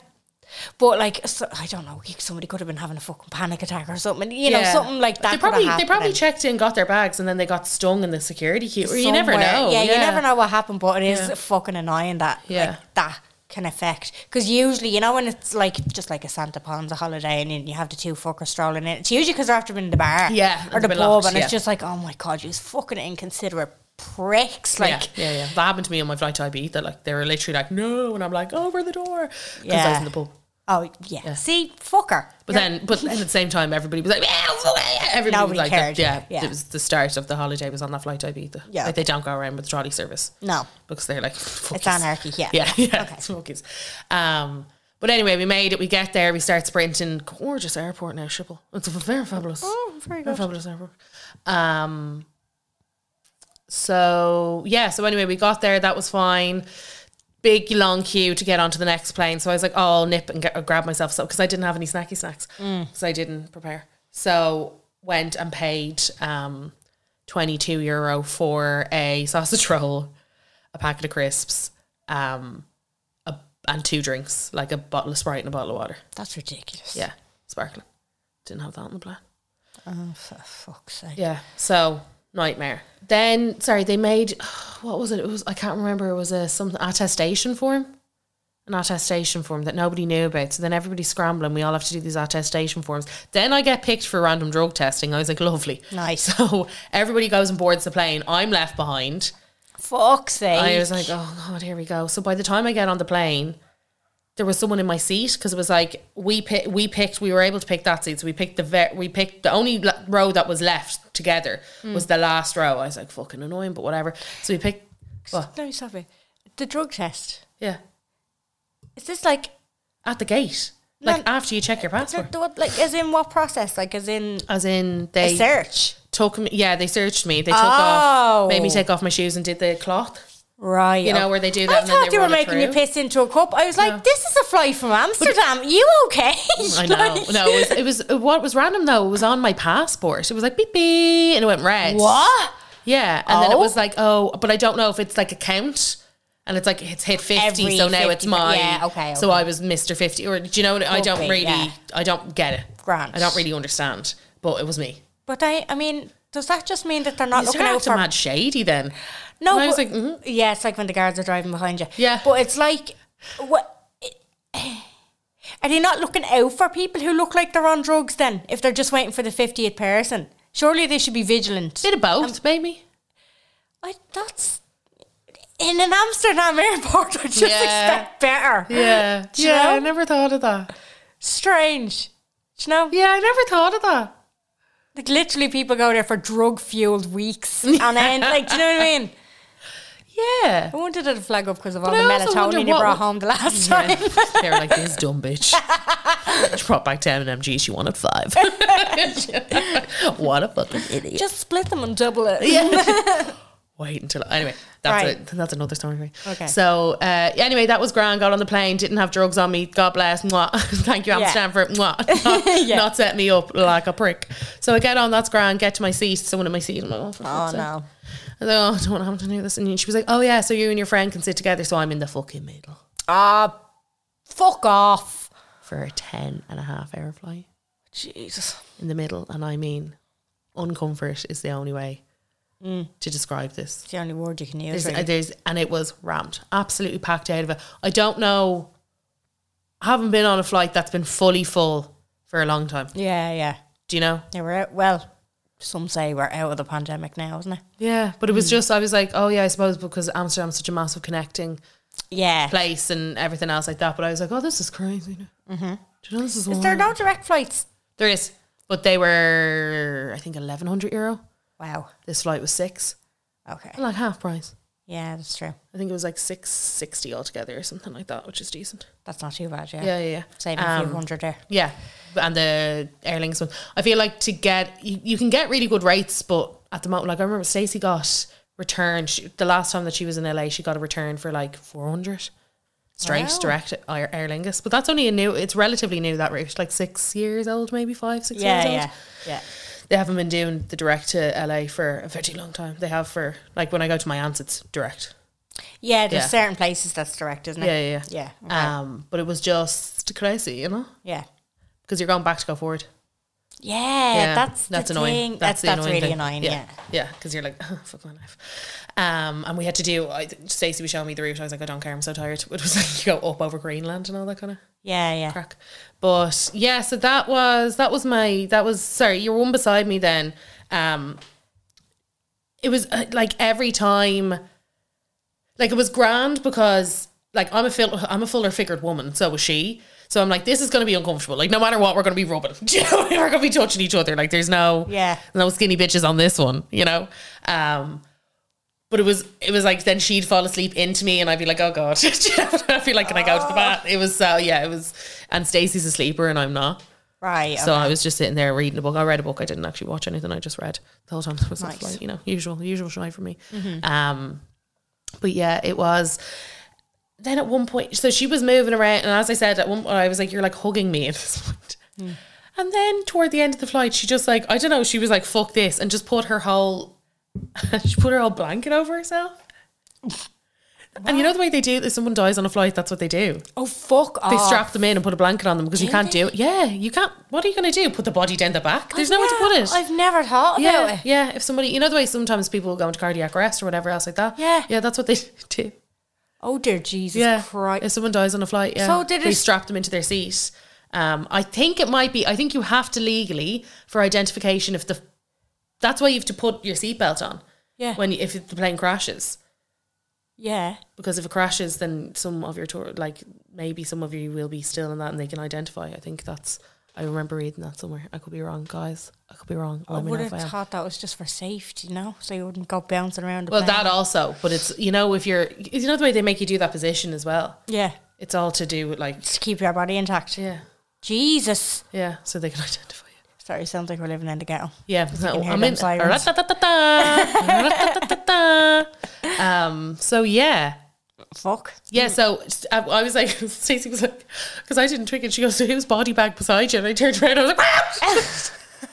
[SPEAKER 1] But like, so, I don't know. Somebody could have been having a fucking panic attack or something. You know,
[SPEAKER 2] Yeah.
[SPEAKER 1] something like that.
[SPEAKER 2] They
[SPEAKER 1] could have
[SPEAKER 2] probably they probably
[SPEAKER 1] happened.
[SPEAKER 2] checked in, got their bags, and then they got stung in the security queue. Or You never
[SPEAKER 1] Somewhere.
[SPEAKER 2] know.
[SPEAKER 1] Yeah, you never know what happened, but it is
[SPEAKER 2] Yeah.
[SPEAKER 1] fucking annoying that.
[SPEAKER 2] Yeah.
[SPEAKER 1] Like, that can affect. Because usually, you know, when it's like just like a Santa Ponza holiday and then you have the two fuckers strolling in, it's usually because they're after been in the bar
[SPEAKER 2] Yeah,
[SPEAKER 1] or the
[SPEAKER 2] and they've
[SPEAKER 1] pub,
[SPEAKER 2] been locked,
[SPEAKER 1] and it's
[SPEAKER 2] yeah.
[SPEAKER 1] just like, oh my god, you fucking inconsiderate pricks. Like,
[SPEAKER 2] Like, yeah, yeah, yeah. That happened to me on my flight to IB. That like they were literally like, no, and I'm like, over the door because I
[SPEAKER 1] Yeah.
[SPEAKER 2] was in the pub.
[SPEAKER 1] oh yeah, see, fucker.
[SPEAKER 2] But then, but then at the same time, everybody was like, everybody
[SPEAKER 1] Nobody
[SPEAKER 2] was like,
[SPEAKER 1] cared,
[SPEAKER 2] yeah,
[SPEAKER 1] yeah.
[SPEAKER 2] It was the start of the holiday was on that flight to IB.
[SPEAKER 1] Yeah.
[SPEAKER 2] Yeah, like they don't go around with the trolley service.
[SPEAKER 1] No.
[SPEAKER 2] because they're like, <laughs> "Fuck
[SPEAKER 1] It's
[SPEAKER 2] yous."
[SPEAKER 1] anarchy, yeah.
[SPEAKER 2] yeah, yeah, it's monkeys. Um, but anyway, we made it. We get there. We start sprinting. Gorgeous airport now, Schiphol. It's a very fabulous. Oh, very, fabulous airport. Um. So yeah. So anyway, we got there. That was fine. Big long queue to get onto the next plane. So I was like, oh, I'll nip and get, grab myself so because I didn't have any snacky snacks
[SPEAKER 1] Mm.
[SPEAKER 2] because I didn't prepare. So went and paid um, twenty two euro for a sausage roll a packet of crisps, um, a, and two drinks, like a bottle of Sprite and a bottle of water.
[SPEAKER 1] That's ridiculous.
[SPEAKER 2] Yeah, sparkling. Didn't have that on the plan.
[SPEAKER 1] Oh, for fuck's sake.
[SPEAKER 2] Yeah, so nightmare. Then, sorry, they made <sighs> what was it? It was I can't remember. It was a some attestation form, an attestation form that nobody knew about. So then everybody's scrambling. We all have to do these attestation forms. Then I get picked for random drug testing. I was like, lovely,
[SPEAKER 1] Nice.
[SPEAKER 2] <laughs> So everybody goes and boards the plane. I'm left behind.
[SPEAKER 1] Fuck's sake.
[SPEAKER 2] I was like, oh god, here we go. So by the time I get on the plane, there was someone in my seat because it was like we pick, we picked, we were able to pick that seat. So we picked the ve- we picked the only la- row that was left together was the last row. I was like, fucking annoying, but whatever. So we picked, what?
[SPEAKER 1] no, stop it. The drug test.
[SPEAKER 2] yeah,
[SPEAKER 1] Is this like
[SPEAKER 2] at the gate,
[SPEAKER 1] No,
[SPEAKER 2] like after you check your
[SPEAKER 1] So
[SPEAKER 2] passport,
[SPEAKER 1] do it, like as in what process? Like as in
[SPEAKER 2] as in
[SPEAKER 1] a
[SPEAKER 2] they
[SPEAKER 1] search.
[SPEAKER 2] took me. Yeah, they searched me. They took
[SPEAKER 1] Oh.
[SPEAKER 2] off, made me take off my shoes and did the cloth.
[SPEAKER 1] Right.
[SPEAKER 2] You know, where they do that
[SPEAKER 1] I
[SPEAKER 2] and then
[SPEAKER 1] thought they,
[SPEAKER 2] they
[SPEAKER 1] were
[SPEAKER 2] roll it
[SPEAKER 1] making you
[SPEAKER 2] through.
[SPEAKER 1] piss into a cup. I was like, this is a flight from Amsterdam. you okay? <laughs>
[SPEAKER 2] I know.
[SPEAKER 1] Like-
[SPEAKER 2] No, it was, it was what was random though. It was on my passport. It was like beep beep, and it went red.
[SPEAKER 1] What?
[SPEAKER 2] Yeah, and then it
[SPEAKER 1] Oh.
[SPEAKER 2] was like, oh, but I don't know if it's like a count, and it's like it's hit fifty,
[SPEAKER 1] Every
[SPEAKER 2] so now
[SPEAKER 1] 50
[SPEAKER 2] it's mine.
[SPEAKER 1] yeah, okay,
[SPEAKER 2] So
[SPEAKER 1] okay.
[SPEAKER 2] I was Mister Fifty, or do you know? What, I
[SPEAKER 1] Could
[SPEAKER 2] don't
[SPEAKER 1] be,
[SPEAKER 2] really,
[SPEAKER 1] yeah.
[SPEAKER 2] I don't get it.
[SPEAKER 1] Grant.
[SPEAKER 2] I don't really understand, but it was me.
[SPEAKER 1] But I, I mean, does that just mean that they're not
[SPEAKER 2] You're
[SPEAKER 1] looking out
[SPEAKER 2] acting
[SPEAKER 1] for?
[SPEAKER 2] mad shady then.
[SPEAKER 1] No,
[SPEAKER 2] And I was
[SPEAKER 1] but-
[SPEAKER 2] like, mhm.
[SPEAKER 1] yeah, it's like when the guards are driving behind you.
[SPEAKER 2] Yeah.
[SPEAKER 1] but it's like what. Are they not looking out for people who look like they're on drugs then? If they're just waiting for the 50th person? Surely they should be vigilant.
[SPEAKER 2] bit of both,
[SPEAKER 1] Um, <gasps>
[SPEAKER 2] maybe.
[SPEAKER 1] I, that's in an Amsterdam airport. <laughs> I just
[SPEAKER 2] Yeah.
[SPEAKER 1] expect better.
[SPEAKER 2] Yeah,
[SPEAKER 1] Do you know?
[SPEAKER 2] never thought of that.
[SPEAKER 1] Strange. Do you know?
[SPEAKER 2] Yeah, I never thought of that.
[SPEAKER 1] Like literally, people go there for drug fueled
[SPEAKER 2] <laughs>
[SPEAKER 1] weeks on end. Like, do you know what I mean?
[SPEAKER 2] Yeah.
[SPEAKER 1] I wanted it to flag up because of all
[SPEAKER 2] But
[SPEAKER 1] the
[SPEAKER 2] I also wonder
[SPEAKER 1] melatonin you
[SPEAKER 2] what
[SPEAKER 1] brought
[SPEAKER 2] would-
[SPEAKER 1] home the last time.
[SPEAKER 2] They're like this
[SPEAKER 1] <laughs>
[SPEAKER 2] dumb bitch. she brought back ten MG. She wanted five. <laughs> what a fucking <laughs> idiot.
[SPEAKER 1] Just split them and double it. <laughs>
[SPEAKER 2] wait until anyway. That's
[SPEAKER 1] Right.
[SPEAKER 2] it. that's another story.
[SPEAKER 1] Okay.
[SPEAKER 2] So uh, anyway, that was grand. Got on the plane, didn't have drugs on me. God bless. Mwah. <laughs> Thank you,
[SPEAKER 1] Yeah.
[SPEAKER 2] Amsterdam, for
[SPEAKER 1] <laughs>
[SPEAKER 2] mwah. Not,
[SPEAKER 1] Yeah.
[SPEAKER 2] not set me up like a prick. So I get on. That's grand. Get to my seat. Someone in my seat. I'm like, oh, for
[SPEAKER 1] Oh
[SPEAKER 2] fuck's sake.
[SPEAKER 1] no.
[SPEAKER 2] I was like, oh, I don't want to have to do this. And she was like, oh yeah. So you and your friend can sit together. So I'm in the fucking middle
[SPEAKER 1] Ah, fuck off.
[SPEAKER 2] for a 10 and a half hour flight.
[SPEAKER 1] Jesus.
[SPEAKER 2] in the middle, and I mean, uncomfort is the only way
[SPEAKER 1] Mm.
[SPEAKER 2] to describe this.
[SPEAKER 1] It's the only word you can use.
[SPEAKER 2] There's,
[SPEAKER 1] really.
[SPEAKER 2] uh, there's, and it was rammed, absolutely packed out of it. I don't know. I haven't been on a flight that's been fully full for a long time.
[SPEAKER 1] yeah, yeah.
[SPEAKER 2] Do you know?
[SPEAKER 1] Yeah, we're out. Well, some say we're out of the pandemic now, isn't it?
[SPEAKER 2] Yeah, but it was just I was like, oh yeah, I suppose because Amsterdam's such a massive connecting
[SPEAKER 1] Yeah.
[SPEAKER 2] place and everything else like that. But I was like, oh, this is crazy. Mm-hmm. Do you know this is?
[SPEAKER 1] Is there
[SPEAKER 2] wild.
[SPEAKER 1] no direct flights?
[SPEAKER 2] There is, but they were I think eleven hundred euro.
[SPEAKER 1] Wow.
[SPEAKER 2] This flight was six,
[SPEAKER 1] Okay.
[SPEAKER 2] like half price.
[SPEAKER 1] Yeah, that's true.
[SPEAKER 2] I think it was like six sixty altogether or something like that, which is decent.
[SPEAKER 1] That's not too bad. Yeah.
[SPEAKER 2] Yeah, yeah, yeah.
[SPEAKER 1] Saving a few
[SPEAKER 2] Um,
[SPEAKER 1] hundred there.
[SPEAKER 2] Yeah, and the Airlings one. I feel like to get you, you can get really good rates, but at the moment, like I remember Stacey got return. She, the last time that she was in LA, she got a return for like four hundred straight
[SPEAKER 1] Wow.
[SPEAKER 2] direct Aer, Aer Lingus. But that's only a new. It's relatively new that route, like six years old, maybe five, six
[SPEAKER 1] Yeah,
[SPEAKER 2] years old
[SPEAKER 1] yeah, yeah.
[SPEAKER 2] they haven't been doing the direct to LA for a very long time. They have for like when I go to my aunt's, it's direct.
[SPEAKER 1] Yeah, there's
[SPEAKER 2] Yeah.
[SPEAKER 1] certain places that's direct, isn't it?
[SPEAKER 2] Yeah, yeah,
[SPEAKER 1] yeah.
[SPEAKER 2] yeah. Uh,
[SPEAKER 1] okay.
[SPEAKER 2] Um, but it was just crazy, you know,
[SPEAKER 1] yeah.
[SPEAKER 2] because you're going back to go forward.
[SPEAKER 1] Yeah, that's
[SPEAKER 2] that's
[SPEAKER 1] the
[SPEAKER 2] annoying.
[SPEAKER 1] Thing. That's, that's,
[SPEAKER 2] annoying
[SPEAKER 1] really
[SPEAKER 2] thing.
[SPEAKER 1] annoying. Yeah.
[SPEAKER 2] yeah, because you're like, oh, fuck my life. Um, and we had to do. I, Stacey was showing me the route. I was like, I don't care. I'm so tired. <laughs> It was like you go up over Greenland and all that kind of
[SPEAKER 1] yeah, yeah,
[SPEAKER 2] crack. But yeah, so that was that was my that was sorry. Your one beside me then. Um, it was uh, like every time, like it was grand because like I'm a fill, I'm a fuller figured woman. So was she. So I'm like, this is going to be uncomfortable. Like, no matter what, we're going to be rubbing. <laughs> Do you know what I mean? we're going to be touching each other. Like, there's no
[SPEAKER 1] Yeah.
[SPEAKER 2] no skinny bitches on this one. You know. Um, but it was it was like then she'd fall asleep into me and I'd be like, oh god, <laughs> Do you know what I mean? I'd be like, can I go to the bath? It was so yeah, it was. And Stacey's a sleeper and I'm not,
[SPEAKER 1] Right.
[SPEAKER 2] so
[SPEAKER 1] okay.
[SPEAKER 2] I was just sitting there reading a book. I read a book. I didn't actually watch anything. I just read the whole time. It was
[SPEAKER 1] Nice. Mm-hmm.
[SPEAKER 2] like you know usual usual shy for me. Um, but yeah, it was. Then at one point, so she was moving around, and as I said, at one point I was like, "You're like hugging me at this <laughs> point."
[SPEAKER 1] Mm.
[SPEAKER 2] And then toward the end of the flight, she just like I don't know, she was like, "Fuck this," and just put her whole <laughs> she put her whole blanket over herself. And you know the way they do if someone dies on a flight, that's what they do.
[SPEAKER 1] oh fuck off.
[SPEAKER 2] They strap them in and put a blanket on them because you
[SPEAKER 1] Do
[SPEAKER 2] can't
[SPEAKER 1] they?
[SPEAKER 2] do it. Yeah, you can't. What are you going to do? Put the body down the back? There's nowhere
[SPEAKER 1] Yeah,
[SPEAKER 2] to put it.
[SPEAKER 1] I've never thought about
[SPEAKER 2] yeah,
[SPEAKER 1] it.
[SPEAKER 2] yeah. If somebody, you know the way sometimes people go into cardiac arrest or whatever else like that.
[SPEAKER 1] Yeah.
[SPEAKER 2] yeah. That's what they <laughs> do.
[SPEAKER 1] Oh dear Jesus
[SPEAKER 2] Yeah, If
[SPEAKER 1] Christ.
[SPEAKER 2] someone dies on a flight, yeah.
[SPEAKER 1] So did
[SPEAKER 2] they
[SPEAKER 1] it-
[SPEAKER 2] strap them into their seat? Um, I think it might be. I think you have to legally for identification if the. That's why you have to put your seatbelt on
[SPEAKER 1] Yeah.
[SPEAKER 2] when you, if the plane crashes.
[SPEAKER 1] yeah.
[SPEAKER 2] because if it crashes, then some of your tour, like maybe some of you will be still in that, and they can identify. I think that's. I remember reading that somewhere. I could be wrong, guys. I could be wrong.
[SPEAKER 1] I
[SPEAKER 2] Let me know
[SPEAKER 1] would
[SPEAKER 2] if I
[SPEAKER 1] have
[SPEAKER 2] am.
[SPEAKER 1] thought that was just for safety, you know, so you wouldn't go bouncing around. the
[SPEAKER 2] Well,
[SPEAKER 1] plane.
[SPEAKER 2] that also, but it's you know if you're you know the way they make you do that position as well.
[SPEAKER 1] yeah,
[SPEAKER 2] It's all to do with like
[SPEAKER 1] to keep your body intact.
[SPEAKER 2] yeah
[SPEAKER 1] Jesus,
[SPEAKER 2] yeah, so they can <laughs> identify you.
[SPEAKER 1] sorry, sounds like we're living in the ghetto.
[SPEAKER 2] Yeah, so
[SPEAKER 1] hear
[SPEAKER 2] I'm
[SPEAKER 1] them
[SPEAKER 2] in.
[SPEAKER 1] sirens.
[SPEAKER 2] Ra-ta-ta-ta-ta. um. So yeah.
[SPEAKER 1] Fuck.
[SPEAKER 2] Yeah, so I, I was like, <laughs> Stacey was like, because I didn't drink it. She goes, so whose body bag beside you? And I turned around, I was like,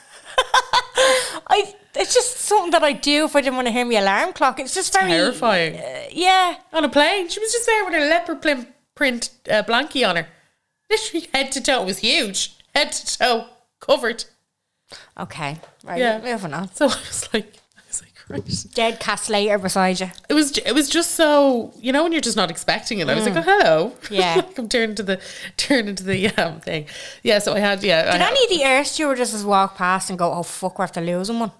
[SPEAKER 2] <laughs>
[SPEAKER 1] I. It's just something that I do if I didn't want to hear my alarm clock. It's just very
[SPEAKER 2] terrifying.
[SPEAKER 1] Yeah,
[SPEAKER 2] uh, on a plane, she was just there with her leopard plim- print uh, blankie on her. Literally head to toe. It was huge. Head to toe, covered.
[SPEAKER 1] Okay. Right.
[SPEAKER 2] Yeah.
[SPEAKER 1] Moving on.
[SPEAKER 2] So <laughs> I was like, I was like, right.
[SPEAKER 1] Dead cat later beside you.
[SPEAKER 2] It was, ju- it was just so you know when you're just not expecting it. I was like, oh hello,
[SPEAKER 1] Mm.
[SPEAKER 2] <laughs>
[SPEAKER 1] Yeah.
[SPEAKER 2] like I'm turning to the, turning to the um thing. Yeah, so I had yeah. I
[SPEAKER 1] Did
[SPEAKER 2] had,
[SPEAKER 1] any of the air stewardesses walk past and go, "Oh fuck, we're after losing one"?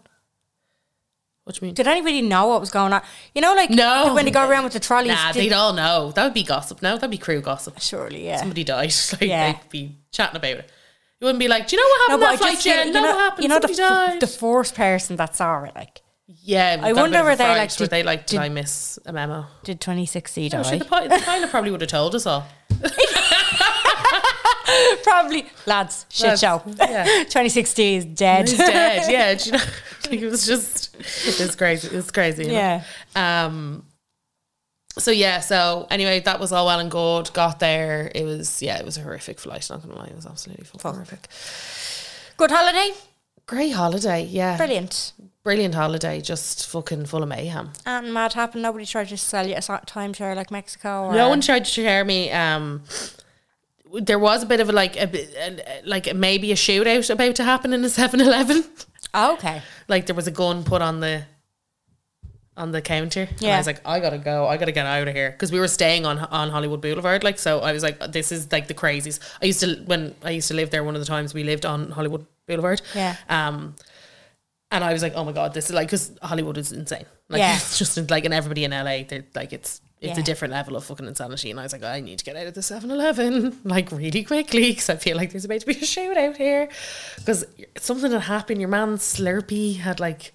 [SPEAKER 2] what do you mean?
[SPEAKER 1] Did anybody know what was going on? You know, like
[SPEAKER 2] No.
[SPEAKER 1] when they go around with the trolleys.
[SPEAKER 2] Nah,
[SPEAKER 1] did-
[SPEAKER 2] they'd all know. That would be gossip. No, that'd be crew gossip.
[SPEAKER 1] Surely, yeah.
[SPEAKER 2] somebody died. <laughs> Like
[SPEAKER 1] Yeah.
[SPEAKER 2] they'd be chatting about it. You wouldn't be like, do you know what happened that flight,
[SPEAKER 1] feel-
[SPEAKER 2] Jen? No, what happened?
[SPEAKER 1] you know the,
[SPEAKER 2] somebody died.
[SPEAKER 1] f- the first person that saw it, like,
[SPEAKER 2] yeah,
[SPEAKER 1] I wonder were
[SPEAKER 2] where
[SPEAKER 1] they like,
[SPEAKER 2] were
[SPEAKER 1] did-
[SPEAKER 2] they like,
[SPEAKER 1] did-
[SPEAKER 2] did, I miss a memo?
[SPEAKER 1] did 2016
[SPEAKER 2] Oh,
[SPEAKER 1] die?
[SPEAKER 2] shit, the, pi- the pilot probably would have told us all.
[SPEAKER 1] <laughs> Probably, lads, shit
[SPEAKER 2] Lads,
[SPEAKER 1] show. <laughs>
[SPEAKER 2] yeah.
[SPEAKER 1] 2016 is dead.
[SPEAKER 2] He's dead. Yeah, do you know, <laughs> like, it was just it's crazy. It's crazy. you know?
[SPEAKER 1] <laughs> yeah.
[SPEAKER 2] Um. So yeah. So anyway, that was all well and good. Got there. It was yeah. It was a horrific flight. Not gonna lie, it was absolutely fucking horrific.
[SPEAKER 1] Good holiday.
[SPEAKER 2] Great holiday. Yeah.
[SPEAKER 1] Brilliant.
[SPEAKER 2] Brilliant holiday. Just fucking full of mayhem.
[SPEAKER 1] And mad happened. Nobody tried to sell you a so- timeshare like Mexico. Or uh,
[SPEAKER 2] No one tried to share me. Um, there was a bit of a, like a bit- a- like maybe a shootout about to happen in a <laughs> 7-Eleven.
[SPEAKER 1] Oh, Okay.
[SPEAKER 2] Like there was a gun put on the on the counter. And I
[SPEAKER 1] Yeah.
[SPEAKER 2] was like, I gotta go. I gotta get out of here because we were staying on on Hollywood Boulevard. Like so, I was like, this is like the craziest. I used to when I used to live there. One of the times we lived on Hollywood Boulevard.
[SPEAKER 1] Yeah.
[SPEAKER 2] Um, and I was like, oh my god, this is like because Hollywood is insane. Like <laughs>
[SPEAKER 1] Yeah.
[SPEAKER 2] it's just like and everybody in LA, they're like it's it's a
[SPEAKER 1] Yeah.
[SPEAKER 2] different level of fucking insanity. And I was like, I need to get out of the 7-Eleven <laughs> like really quickly because I feel like there's about to be a shootout here because something had happened. Your man Slurpee had like.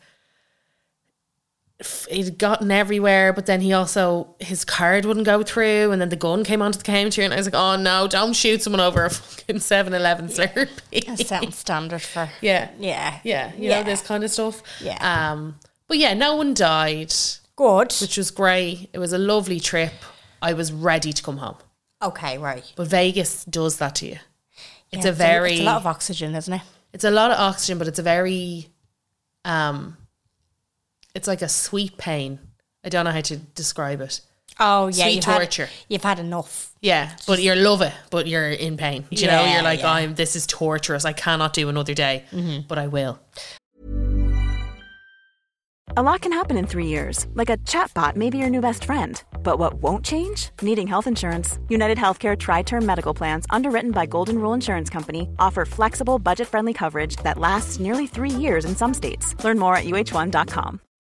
[SPEAKER 2] f- He'd gotten everywhere, but then he also his card wouldn't go through, and then the gun came onto the counter, and I was like, "Oh no, don't shoot someone over a fucking 7-Eleven Slurpee."
[SPEAKER 1] That sounds standard for.
[SPEAKER 2] <laughs> Yeah.
[SPEAKER 1] Yeah.
[SPEAKER 2] Yeah. You know,
[SPEAKER 1] Yeah.
[SPEAKER 2] this kind of stuff.
[SPEAKER 1] Yeah.
[SPEAKER 2] Um, but yeah, no one died,
[SPEAKER 1] Good.
[SPEAKER 2] which was great. It was a lovely trip. I was ready to come home.
[SPEAKER 1] Okay, right.
[SPEAKER 2] But Vegas does that to you. It's
[SPEAKER 1] Yeah,
[SPEAKER 2] a very
[SPEAKER 1] it's a lot of oxygen, isn't it?
[SPEAKER 2] it's a lot of oxygen, but it's a very um it's like a sweet pain. I don't know how to describe it.
[SPEAKER 1] Oh yeah,
[SPEAKER 2] Sweet
[SPEAKER 1] you've
[SPEAKER 2] torture.
[SPEAKER 1] Had, you've had enough.
[SPEAKER 2] Yeah, but you love it, but you're in pain. Do you know,
[SPEAKER 1] Yeah,
[SPEAKER 2] you're like,
[SPEAKER 1] yeah.
[SPEAKER 2] I'm. This is torturous. I cannot do another day, but I will.
[SPEAKER 3] A lot can happen in three years, like a chatbot may be your new best friend. But what won't change? Needing health insurance. United Healthcare Tri Term Medical Plans, underwritten by Golden Rule Insurance Company, offer flexible, budget friendly coverage that lasts nearly three years in some states. Learn more at uh1.com.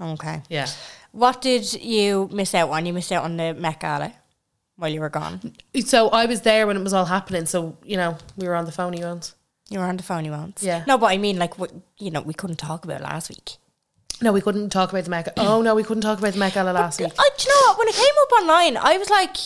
[SPEAKER 1] Okay.
[SPEAKER 2] Yeah.
[SPEAKER 1] What did you miss out on? You missed out on the Met Gala while you were gone.
[SPEAKER 2] So I was there when it was all happening. So you know, we were on the phone. You ones.
[SPEAKER 1] You were on the phone. You once.
[SPEAKER 2] Yeah.
[SPEAKER 1] No, but I mean, like, what you know, we couldn't talk about last week.
[SPEAKER 2] No, we couldn't talk about the Mecca. Oh no, we couldn't talk about the Mecca last
[SPEAKER 1] But,
[SPEAKER 2] week.
[SPEAKER 1] I, do you know what? When it came up online, I was like,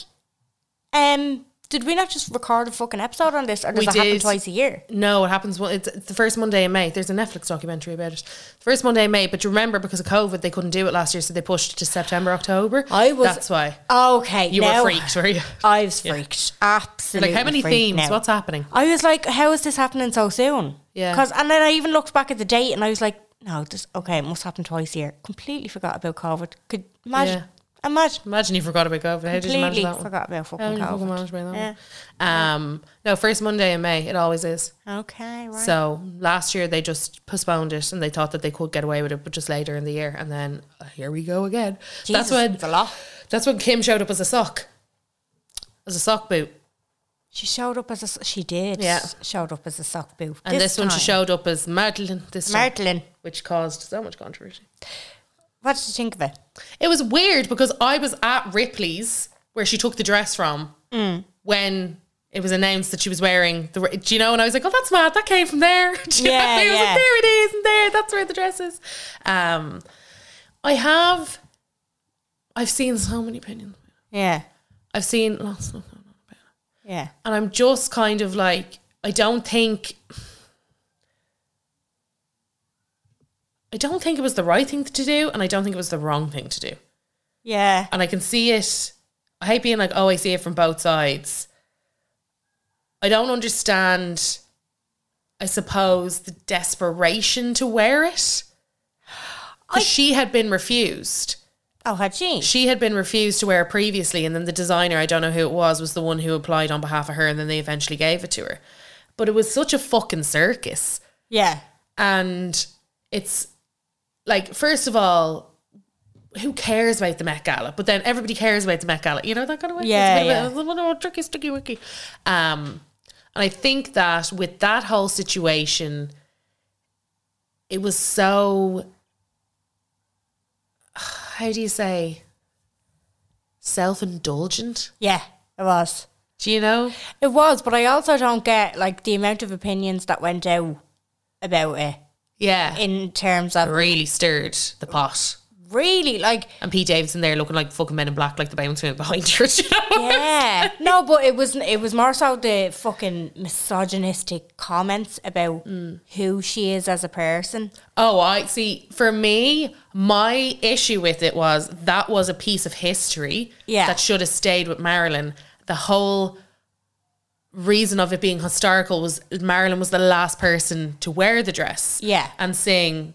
[SPEAKER 1] um, did we not just record a fucking episode on this, or does
[SPEAKER 2] We
[SPEAKER 1] it happen
[SPEAKER 2] did.
[SPEAKER 1] twice a year?
[SPEAKER 2] No, it happens. Well, it's it's the first Monday in May. There's a Netflix documentary about it. First Monday in May, but you remember because of COVID, they couldn't do it last year, so they pushed it to September, October.
[SPEAKER 1] I was-
[SPEAKER 2] That's why
[SPEAKER 1] Okay.
[SPEAKER 2] you
[SPEAKER 1] now-
[SPEAKER 2] were freaked, were you?
[SPEAKER 1] I was
[SPEAKER 2] Yeah.
[SPEAKER 1] freaked.
[SPEAKER 2] You're
[SPEAKER 1] Absolutely.
[SPEAKER 2] like how many
[SPEAKER 1] freaked
[SPEAKER 2] themes?
[SPEAKER 1] now.
[SPEAKER 2] What's happening?
[SPEAKER 1] I was like, how is this happening so soon?
[SPEAKER 2] Yeah.
[SPEAKER 1] Because and then I even looked back at the date and I was like, no, this okay, it must happen twice a year. Completely forgot about COVID. Could imagine imagine
[SPEAKER 2] Imagine you forgot about COVID. How did you manage
[SPEAKER 1] completely
[SPEAKER 2] that one?
[SPEAKER 1] forgot about
[SPEAKER 2] How did
[SPEAKER 1] fucking
[SPEAKER 2] you fucking
[SPEAKER 1] COVID.
[SPEAKER 2] manage about that one? Um, no, first Monday in May. It always is.
[SPEAKER 1] Okay, right.
[SPEAKER 2] So last year they just postponed it and they thought that they could get away with it, but just later in the year. And then uh, here we go again.
[SPEAKER 1] Jesus,
[SPEAKER 2] that's when
[SPEAKER 1] it's a lot.
[SPEAKER 2] That's when Kim showed up as a sock, as a sock boot.
[SPEAKER 1] She showed up as a s- she did.
[SPEAKER 2] Yeah.
[SPEAKER 1] Showed up as a sock boot.
[SPEAKER 2] And this, one she
[SPEAKER 1] time.
[SPEAKER 2] showed up as Madeline this time,
[SPEAKER 1] Madeline.
[SPEAKER 2] which caused so much controversy.
[SPEAKER 1] What did you think of it?
[SPEAKER 2] It was weird because I was at Ripley's where she took the dress from
[SPEAKER 1] Mm.
[SPEAKER 2] when it was announced that she was wearing the. Do you know? And I was like, "Oh, that's mad. That came from there." <laughs> Do you know?
[SPEAKER 1] Yeah,
[SPEAKER 2] I was
[SPEAKER 1] yeah.
[SPEAKER 2] like, "There it is, and there. That's where the dress is." Um, I have. I've seen so many opinions.
[SPEAKER 1] Yeah.
[SPEAKER 2] I've seen lots of them.
[SPEAKER 1] Yeah.
[SPEAKER 2] and I'm just kind of like I don't think I don't think it was the right thing to do and I don't think it was the wrong thing to do.
[SPEAKER 1] Yeah.
[SPEAKER 2] And I can see it I hate being like oh I see it from both sides. I don't understand I suppose the desperation to wear it. 'Cause she had been refused.
[SPEAKER 1] Oh, had she?
[SPEAKER 2] She had been refused to wear it previously, and then the designer, I don't know who it was, was the one who applied on behalf of her, and then they eventually gave it to her. But it was such a fucking circus.
[SPEAKER 1] Yeah.
[SPEAKER 2] And it's like, first of all, who cares about the Met Gala? But then everybody cares about the Met Gala. You know that kind of way. It's a
[SPEAKER 1] Yeah,
[SPEAKER 2] bit of a-
[SPEAKER 1] yeah.
[SPEAKER 2] it's a little tricky, sticky, wicky. Um, and I think that with that whole situation, it was so. <sighs> How do you say? Self indulgent.
[SPEAKER 1] Yeah. It was.
[SPEAKER 2] Do you know?
[SPEAKER 1] It was, but I also don't get like the amount of opinions that went out about it
[SPEAKER 2] Yeah. It
[SPEAKER 1] in terms of
[SPEAKER 2] really stirred the pot.
[SPEAKER 1] really like
[SPEAKER 2] And Pete Davidson there looking like fucking men in black, like the Bayman's man behind <laughs> you. you know? <laughs>
[SPEAKER 1] yeah no, but it was it was more so the fucking misogynistic comments about
[SPEAKER 2] Mm.
[SPEAKER 1] who she is as a person.
[SPEAKER 2] Oh, I see. For me, my issue with it was that was a piece of history
[SPEAKER 1] Yeah.
[SPEAKER 2] that should have stayed with Marilyn. The whole reason of it being historical was Marilyn was the last person to wear the dress.
[SPEAKER 1] Yeah.
[SPEAKER 2] And sing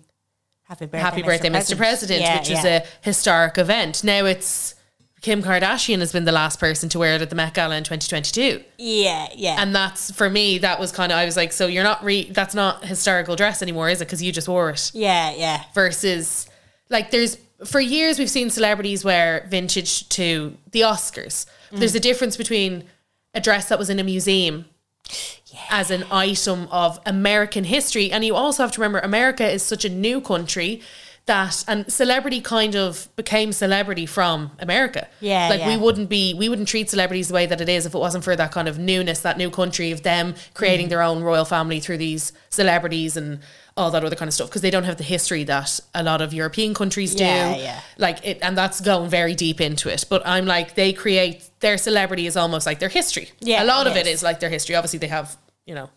[SPEAKER 1] Happy birthday,
[SPEAKER 2] Happy Birthday, Mr. President,
[SPEAKER 1] Yeah,
[SPEAKER 2] which
[SPEAKER 1] yeah.
[SPEAKER 2] is a historic event. Now it's Kim Kardashian has been the last person to wear it at the Met Gala in 2022
[SPEAKER 1] yeah yeah
[SPEAKER 2] and that's for me that was kind of i was like so you're not re that's not historical dress anymore is it because you just wore it
[SPEAKER 1] yeah yeah
[SPEAKER 2] versus like there's for years we've seen celebrities wear vintage to the oscars there's a difference between a dress that was in a museum as an item of american history and you also have to remember america is such a new country that and celebrity kind of became celebrity from America.
[SPEAKER 1] Yeah,
[SPEAKER 2] Like we
[SPEAKER 1] yeah.
[SPEAKER 2] wouldn't be we wouldn't treat celebrities the way that it is if it wasn't for that kind of newness, that new country of them creating
[SPEAKER 1] Mm.
[SPEAKER 2] their own royal family through these celebrities and all that other kind of stuff because they don't have the history that a lot of European countries do.
[SPEAKER 1] Yeah, yeah.
[SPEAKER 2] Like it and that's going very deep into it. But I'm like they create their celebrity is almost like their history.
[SPEAKER 1] Yeah,
[SPEAKER 2] A lot
[SPEAKER 1] it
[SPEAKER 2] of it
[SPEAKER 1] is.
[SPEAKER 2] is like their history. Obviously they have, you know,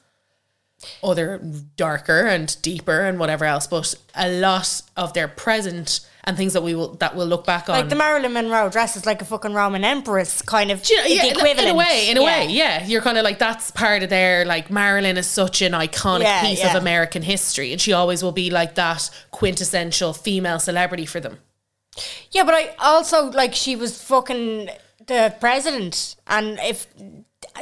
[SPEAKER 2] other darker and deeper and whatever else, but a lot of their present and things that we will that we'll look back on.
[SPEAKER 1] Like the Marilyn Monroe dresses like a fucking Roman empress, kind of
[SPEAKER 2] Do you know- yeah,
[SPEAKER 1] the equivalent.
[SPEAKER 2] in a way, in a way, yeah. You're kind of like that's part of their like Marilyn is such an iconic
[SPEAKER 1] Yeah,
[SPEAKER 2] piece
[SPEAKER 1] yeah.
[SPEAKER 2] of American history, and she always will be like that quintessential female celebrity for them.
[SPEAKER 1] Yeah, but I also like she was fucking the president, and if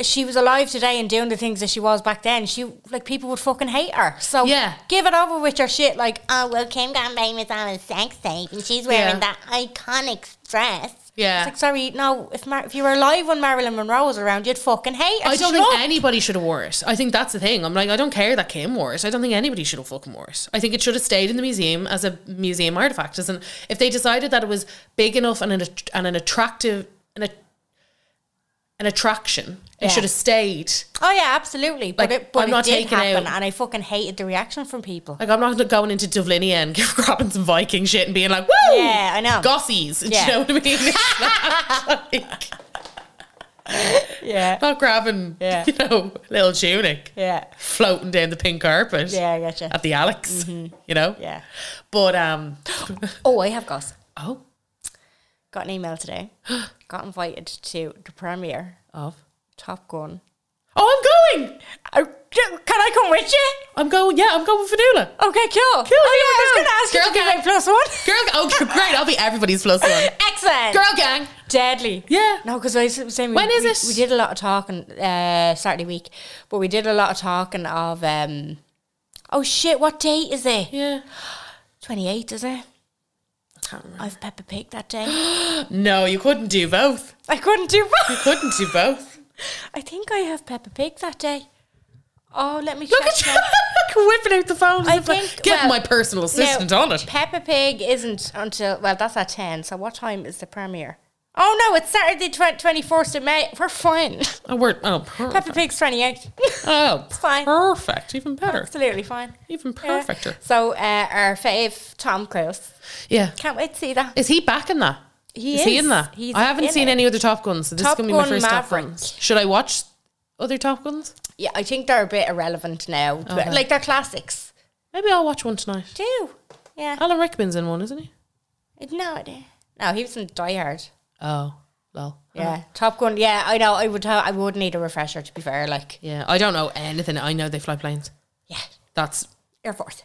[SPEAKER 1] she was alive today and doing the things that she was back then, she like people would fucking hate her. So
[SPEAKER 2] Yeah.
[SPEAKER 1] give it over with your shit. Like, oh well, Kim Graham was on a sex tape, and she's
[SPEAKER 2] Yeah.
[SPEAKER 1] wearing that iconic dress.
[SPEAKER 2] Yeah.
[SPEAKER 1] It's like, sorry, no. If Mar- if you were alive when Marilyn Monroe was around, you'd fucking hate her.
[SPEAKER 2] I don't
[SPEAKER 1] Shut
[SPEAKER 2] think
[SPEAKER 1] up.
[SPEAKER 2] anybody should have wore it. I think that's the thing. I'm like, I don't care that Kim wore it. I don't think anybody should have fucking wore it. I think it should have stayed in the museum as a museum artifact. As an, if they decided that it was big enough and an, att- and an attractive an, a- an attraction,
[SPEAKER 1] Yeah.
[SPEAKER 2] it should have stayed.
[SPEAKER 1] Oh yeah, absolutely. But
[SPEAKER 2] Like,
[SPEAKER 1] it but
[SPEAKER 2] I'm
[SPEAKER 1] it
[SPEAKER 2] not
[SPEAKER 1] did
[SPEAKER 2] taking out-
[SPEAKER 1] happen, and I fucking hated the reaction from
[SPEAKER 2] <laughs>
[SPEAKER 1] people.
[SPEAKER 2] Like I'm not going into Dublinia and <laughs> grabbing some Viking shit and being like, "Woo!"
[SPEAKER 1] Yeah, I know.
[SPEAKER 2] Gossies.
[SPEAKER 1] Yeah.
[SPEAKER 2] Do you know what I
[SPEAKER 1] <laughs>
[SPEAKER 2] mean? It's not
[SPEAKER 1] Yeah,
[SPEAKER 2] like, not grabbing,
[SPEAKER 1] Yeah.
[SPEAKER 2] you know, little tunic,
[SPEAKER 1] yeah,
[SPEAKER 2] floating down the pink carpet.
[SPEAKER 1] yeah. I getcha.
[SPEAKER 2] At the Alex, you know.
[SPEAKER 1] Yeah.
[SPEAKER 2] <laughs> But um,
[SPEAKER 1] Oh, I have gossip.
[SPEAKER 2] oh,
[SPEAKER 1] Got an email
[SPEAKER 2] <gasps>
[SPEAKER 1] today. Got invited to the premiere
[SPEAKER 2] of
[SPEAKER 1] Top Gun.
[SPEAKER 2] oh, I'm going.
[SPEAKER 1] I, can I come with you?
[SPEAKER 2] I'm going. Yeah, I'm going with Fanula.
[SPEAKER 1] Okay, cool.
[SPEAKER 2] Cool,
[SPEAKER 1] oh yeah,
[SPEAKER 2] yeah,
[SPEAKER 1] I was
[SPEAKER 2] yeah.
[SPEAKER 1] gonna ask you
[SPEAKER 2] Girl
[SPEAKER 1] to be
[SPEAKER 2] gang.
[SPEAKER 1] my plus one.
[SPEAKER 2] Girl,
[SPEAKER 1] <laughs>
[SPEAKER 2] oh great! I'll be everybody's plus one.
[SPEAKER 1] Excellent.
[SPEAKER 2] Girl gang.
[SPEAKER 1] Deadly.
[SPEAKER 2] Yeah.
[SPEAKER 1] No, because I was saying we,
[SPEAKER 2] When is
[SPEAKER 1] we,
[SPEAKER 2] it?
[SPEAKER 1] We did a lot of talking uh, Saturday week, but we did a lot of talking of um. Oh shit! What date is it?
[SPEAKER 2] Yeah.
[SPEAKER 1] Twenty eighth, is it?
[SPEAKER 2] Can't remember.
[SPEAKER 1] I have Peppa Pig that
[SPEAKER 2] <gasps>
[SPEAKER 1] day.
[SPEAKER 2] No, you couldn't do both.
[SPEAKER 1] I couldn't do
[SPEAKER 2] You
[SPEAKER 1] both.
[SPEAKER 2] couldn't do both.
[SPEAKER 1] I think I have Peppa Pig that day. Oh, let me
[SPEAKER 2] Look
[SPEAKER 1] check
[SPEAKER 2] at
[SPEAKER 1] now.
[SPEAKER 2] you <laughs> whipping out the phone.
[SPEAKER 1] <laughs> I think
[SPEAKER 2] Get
[SPEAKER 1] well,
[SPEAKER 2] my personal assistant
[SPEAKER 1] now,
[SPEAKER 2] on it.
[SPEAKER 1] Peppa Pig isn't until well, that's at ten. So what time is the premiere? Oh no, it's Saturday twenty fourth of May. We're
[SPEAKER 2] <laughs>
[SPEAKER 1] fine.
[SPEAKER 2] Oh, we're, oh, perfect.
[SPEAKER 1] Peppa Pig's twenty eight.
[SPEAKER 2] Oh,
[SPEAKER 1] fine.
[SPEAKER 2] Perfect. Even
[SPEAKER 1] <laughs>
[SPEAKER 2] better.
[SPEAKER 1] Absolutely fine.
[SPEAKER 2] Even
[SPEAKER 1] Yeah.
[SPEAKER 2] perfecter.
[SPEAKER 1] So uh, our fave Tom Cruise.
[SPEAKER 2] Yeah.
[SPEAKER 1] Can't wait to see that.
[SPEAKER 2] Is he back in that?
[SPEAKER 1] He
[SPEAKER 2] he
[SPEAKER 1] is.
[SPEAKER 2] in that?
[SPEAKER 1] He's
[SPEAKER 2] I haven't
[SPEAKER 1] in
[SPEAKER 2] seen
[SPEAKER 1] it.
[SPEAKER 2] any other Top Guns, so this
[SPEAKER 1] Top
[SPEAKER 2] is going to be my
[SPEAKER 1] Gun
[SPEAKER 2] first
[SPEAKER 1] Maverick.
[SPEAKER 2] Top Guns. Should I watch other Top Guns?
[SPEAKER 1] Yeah, I think they're a bit irrelevant now. but Like they're classics.
[SPEAKER 2] Maybe I'll watch one tonight.
[SPEAKER 1] Do yeah.
[SPEAKER 2] Alan Rickman's in one, isn't he?
[SPEAKER 1] No idea. No, he was in Die Hard.
[SPEAKER 2] Oh, lol.
[SPEAKER 1] Yeah, Top Gun. Yeah, I know. I would. Ha- I would need a refresher to be fair. Like
[SPEAKER 2] Yeah, I don't know anything. I know they fly planes.
[SPEAKER 1] yeah,
[SPEAKER 2] That's,
[SPEAKER 1] Air Force.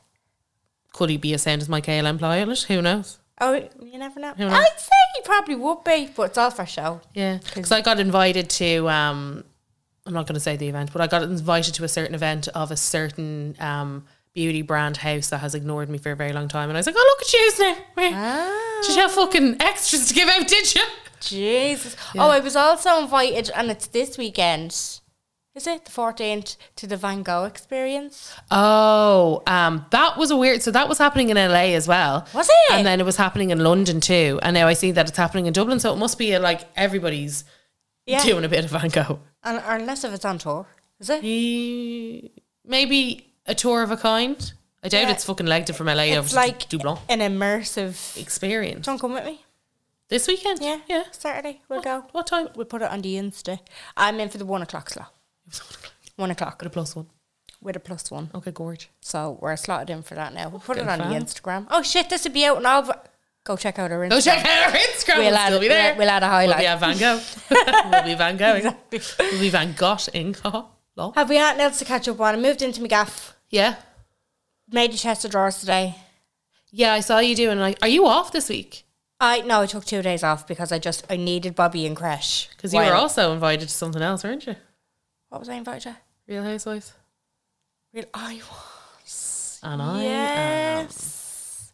[SPEAKER 2] could he be as sound as my KLM pilot? Who knows?
[SPEAKER 1] Oh, you never know.
[SPEAKER 2] knows?
[SPEAKER 1] I'd say he probably would be, but it's all for show.
[SPEAKER 2] Yeah, because I got invited to. Um, I'm not going to say the event, but I got invited to a certain event of a certain um, beauty brand house that has ignored me for a very long time, and I was like, "Oh, look at you now! Wait,
[SPEAKER 1] Ah.
[SPEAKER 2] Did you have fucking extras to give out? Did you?"
[SPEAKER 1] Jesus. Oh, I was also invited, and it's this weekend. Is it the fourteenth to the Van Gogh experience?
[SPEAKER 2] Oh, um, that was a weird. So that was happening in LA as well.
[SPEAKER 1] Was it?
[SPEAKER 2] And then it was happening in London too. And now I see that it's happening in Dublin. So it must be uh, like everybody's
[SPEAKER 1] Yeah,
[SPEAKER 2] doing a bit of Van Gogh.
[SPEAKER 1] and, or unless if it's on tour, is it?
[SPEAKER 2] Eh, Maybe a tour of a kind. I doubt
[SPEAKER 1] Yeah.
[SPEAKER 2] it's fucking legged from LA over
[SPEAKER 1] It's
[SPEAKER 2] to
[SPEAKER 1] like
[SPEAKER 2] Dublin.
[SPEAKER 1] an immersive.
[SPEAKER 2] experience
[SPEAKER 1] Don't come with me.
[SPEAKER 2] this weekend.
[SPEAKER 1] Yeah,
[SPEAKER 2] yeah.
[SPEAKER 1] Saturday we'll
[SPEAKER 2] What-
[SPEAKER 1] go.
[SPEAKER 2] What time?
[SPEAKER 1] We'll put it on the Insta. I'm in for the one o'clock slot. One o'clock
[SPEAKER 2] Got a plus one.
[SPEAKER 1] with a plus one.
[SPEAKER 2] Okay, gorge.
[SPEAKER 1] So we're slotted in for that now. We'll put it
[SPEAKER 2] Good
[SPEAKER 1] on the
[SPEAKER 2] fab.
[SPEAKER 1] Instagram. Oh shit, this will be out and all. Go check out our Instagram.
[SPEAKER 2] Go check out our Instagram.
[SPEAKER 1] We'll
[SPEAKER 2] We'll,
[SPEAKER 1] add-
[SPEAKER 2] still be there.
[SPEAKER 1] we'll- we'll add a highlight.
[SPEAKER 2] We'll be at Van Gogh. <laughs> we'll be Van
[SPEAKER 1] <laughs>
[SPEAKER 2] Gogh. We'll be Van Gogh in Law.
[SPEAKER 1] Have we anything else to catch up on? I moved into my gaff.
[SPEAKER 2] Yeah.
[SPEAKER 1] Made a chest of drawers today.
[SPEAKER 2] Yeah, I saw you doing like, are you off this week?
[SPEAKER 1] I no, I took two days off because I just I needed Bobby and Crash
[SPEAKER 2] Because you were also invited to something else, weren't you?
[SPEAKER 1] What was I invited? to?
[SPEAKER 2] Real Housewives.
[SPEAKER 1] Real I
[SPEAKER 2] And I. am-
[SPEAKER 1] Yes.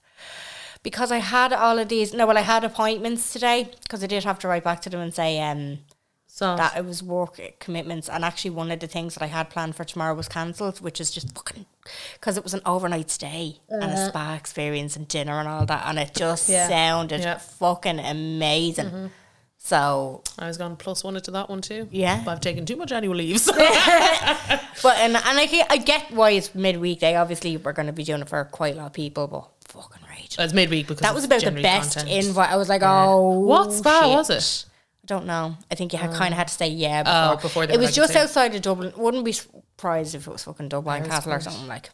[SPEAKER 1] Because I had all of these. No, well, I had appointments today because I did have to write back to them and say um,
[SPEAKER 2] so,
[SPEAKER 1] that it was work commitments. And actually, one of the things that I had planned for tomorrow was cancelled, which is just fucking because it was an overnight stay and a spa experience and dinner and all that, and it just
[SPEAKER 2] Uh-huh. Yeah.
[SPEAKER 1] sounded
[SPEAKER 2] Yeah. Mm-hmm.
[SPEAKER 1] fucking amazing. So
[SPEAKER 2] I was going plus one into that one too.
[SPEAKER 1] Yeah.
[SPEAKER 2] But I've taken too much annual <laughs> leaves.
[SPEAKER 1] But and and I, get- I get why it's midweek. They obviously we're going to be doing it for quite a lot of people, but fucking right.
[SPEAKER 2] it's midweek because
[SPEAKER 1] that
[SPEAKER 2] it's
[SPEAKER 1] was about the
[SPEAKER 2] generally
[SPEAKER 1] best
[SPEAKER 2] content.
[SPEAKER 1] invite. I was like, oh,
[SPEAKER 2] What spa
[SPEAKER 1] shit.
[SPEAKER 2] was it?
[SPEAKER 1] I don't know. I think you had, kind of had to say yeah
[SPEAKER 2] Oh,
[SPEAKER 1] before.
[SPEAKER 2] before they
[SPEAKER 1] it
[SPEAKER 2] were
[SPEAKER 1] was
[SPEAKER 2] like,
[SPEAKER 1] just
[SPEAKER 2] say-
[SPEAKER 1] outside of Dublin. Wouldn't be surprised if it was fucking Dublin Castle or something like.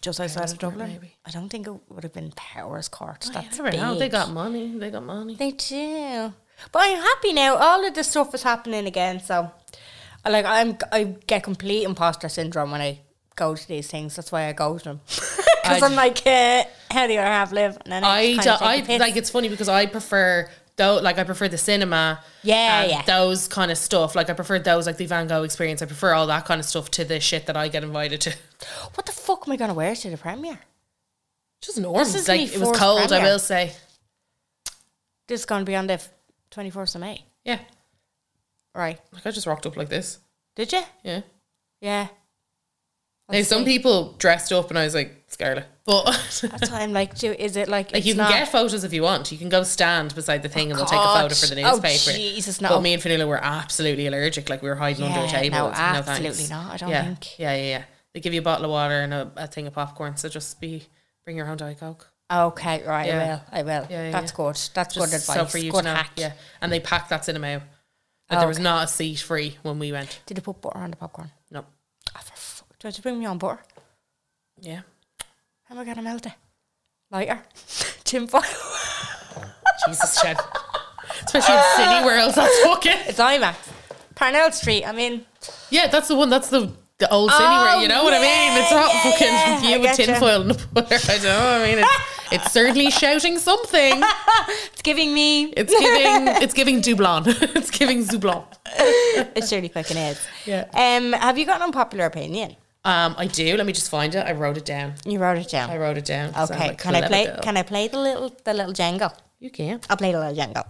[SPEAKER 1] Just outside of Dublin,
[SPEAKER 2] maybe.
[SPEAKER 1] I don't think it would have been Powers Court. That's
[SPEAKER 2] Oh, Never know.
[SPEAKER 1] big.
[SPEAKER 2] They got money. They got money.
[SPEAKER 1] They do. But I'm happy now. All of this stuff is happening again. So, I like I'm I get complete imposter syndrome when I go to these things. That's why I go to them <laughs> because
[SPEAKER 2] I-
[SPEAKER 1] I'm like, uh, how do I have live? And then
[SPEAKER 2] I,
[SPEAKER 1] I,
[SPEAKER 2] do,
[SPEAKER 1] just kinda
[SPEAKER 2] I
[SPEAKER 1] take a piss.
[SPEAKER 2] like it's funny because I prefer though like I prefer the cinema
[SPEAKER 1] Yeah,
[SPEAKER 2] and
[SPEAKER 1] yeah.
[SPEAKER 2] those kind of stuff like I prefer those like the Van Gogh experience I prefer all that kind of stuff to the shit that I get invited to
[SPEAKER 1] what the fuck am I gonna wear to the premiere?
[SPEAKER 2] just normal
[SPEAKER 1] This is me
[SPEAKER 2] like it was
[SPEAKER 1] fourth
[SPEAKER 2] cold I
[SPEAKER 1] premiere.
[SPEAKER 2] will say
[SPEAKER 1] This is gonna be on the twenty fourth of May,
[SPEAKER 2] yeah
[SPEAKER 1] right?
[SPEAKER 2] like I just rocked up like this
[SPEAKER 1] Did you?
[SPEAKER 2] yeah
[SPEAKER 1] Yeah.
[SPEAKER 2] now some people dressed up and I was like Scarlet but <laughs>
[SPEAKER 1] That's why I'm like, do is it like
[SPEAKER 2] like
[SPEAKER 1] it's
[SPEAKER 2] you can
[SPEAKER 1] not-
[SPEAKER 2] get photos if you want you can go stand beside the thing and we'll take a
[SPEAKER 1] God.
[SPEAKER 2] photo for the
[SPEAKER 1] Oh,
[SPEAKER 2] newspaper
[SPEAKER 1] Jesus,
[SPEAKER 2] but
[SPEAKER 1] no.
[SPEAKER 2] me and Fanula were absolutely allergic like we were hiding under a
[SPEAKER 1] Yeah,
[SPEAKER 2] table
[SPEAKER 1] no,
[SPEAKER 2] It's like, thanks.
[SPEAKER 1] absolutely not. I don't
[SPEAKER 2] yeah.
[SPEAKER 1] think-
[SPEAKER 2] Yeah, yeah, yeah. They give you a bottle of water and a, a thing of popcorn, so just be bring your own diet coke.
[SPEAKER 1] Okay, right.
[SPEAKER 2] Yeah.
[SPEAKER 1] I will. I will.
[SPEAKER 2] Yeah, yeah,
[SPEAKER 1] That's
[SPEAKER 2] yeah.
[SPEAKER 1] good. That's
[SPEAKER 2] Just
[SPEAKER 1] good advice.
[SPEAKER 2] So for you
[SPEAKER 1] good
[SPEAKER 2] to know,
[SPEAKER 1] hack. Oh,
[SPEAKER 2] yeah. And they packed that cinema out. Like there was not a seat free when we went.
[SPEAKER 1] Did you put butter on the popcorn?
[SPEAKER 2] No.
[SPEAKER 1] Oh, for fuck. Do I have to bring me on butter?
[SPEAKER 2] Yeah.
[SPEAKER 1] How am I going to melt it? Lighter? <laughs> Tin foil?
[SPEAKER 2] Jesus, Chad. Especially in City World, that's fucking.
[SPEAKER 1] it's IMAX. Parnell Street. I mean,
[SPEAKER 2] Yeah, that's the one. That's the the old City World. You know what I
[SPEAKER 1] yeah,
[SPEAKER 2] mean? It's not
[SPEAKER 1] Oh, yeah,
[SPEAKER 2] fucking
[SPEAKER 1] yeah, I
[SPEAKER 2] you with
[SPEAKER 1] getcha.
[SPEAKER 2] tinfoil and the butter. I don't know. I mean, it's, it's certainly shouting something.
[SPEAKER 1] it's giving me. <laughs>
[SPEAKER 2] It's giving. It's giving Dublon. <laughs> It's giving Zublon.
[SPEAKER 1] It surely fucking is.
[SPEAKER 2] Yeah.
[SPEAKER 1] Um, have you got an unpopular opinion?
[SPEAKER 2] Um, I do. Let me just find it. I wrote it down.
[SPEAKER 1] You wrote it down.
[SPEAKER 2] I wrote it down. 'cause I'm
[SPEAKER 1] okay.
[SPEAKER 2] a
[SPEAKER 1] Can I
[SPEAKER 2] clever
[SPEAKER 1] play?
[SPEAKER 2] girl.
[SPEAKER 1] Can I play the little the little jangle?
[SPEAKER 2] You can.
[SPEAKER 1] I'll play the little jangle.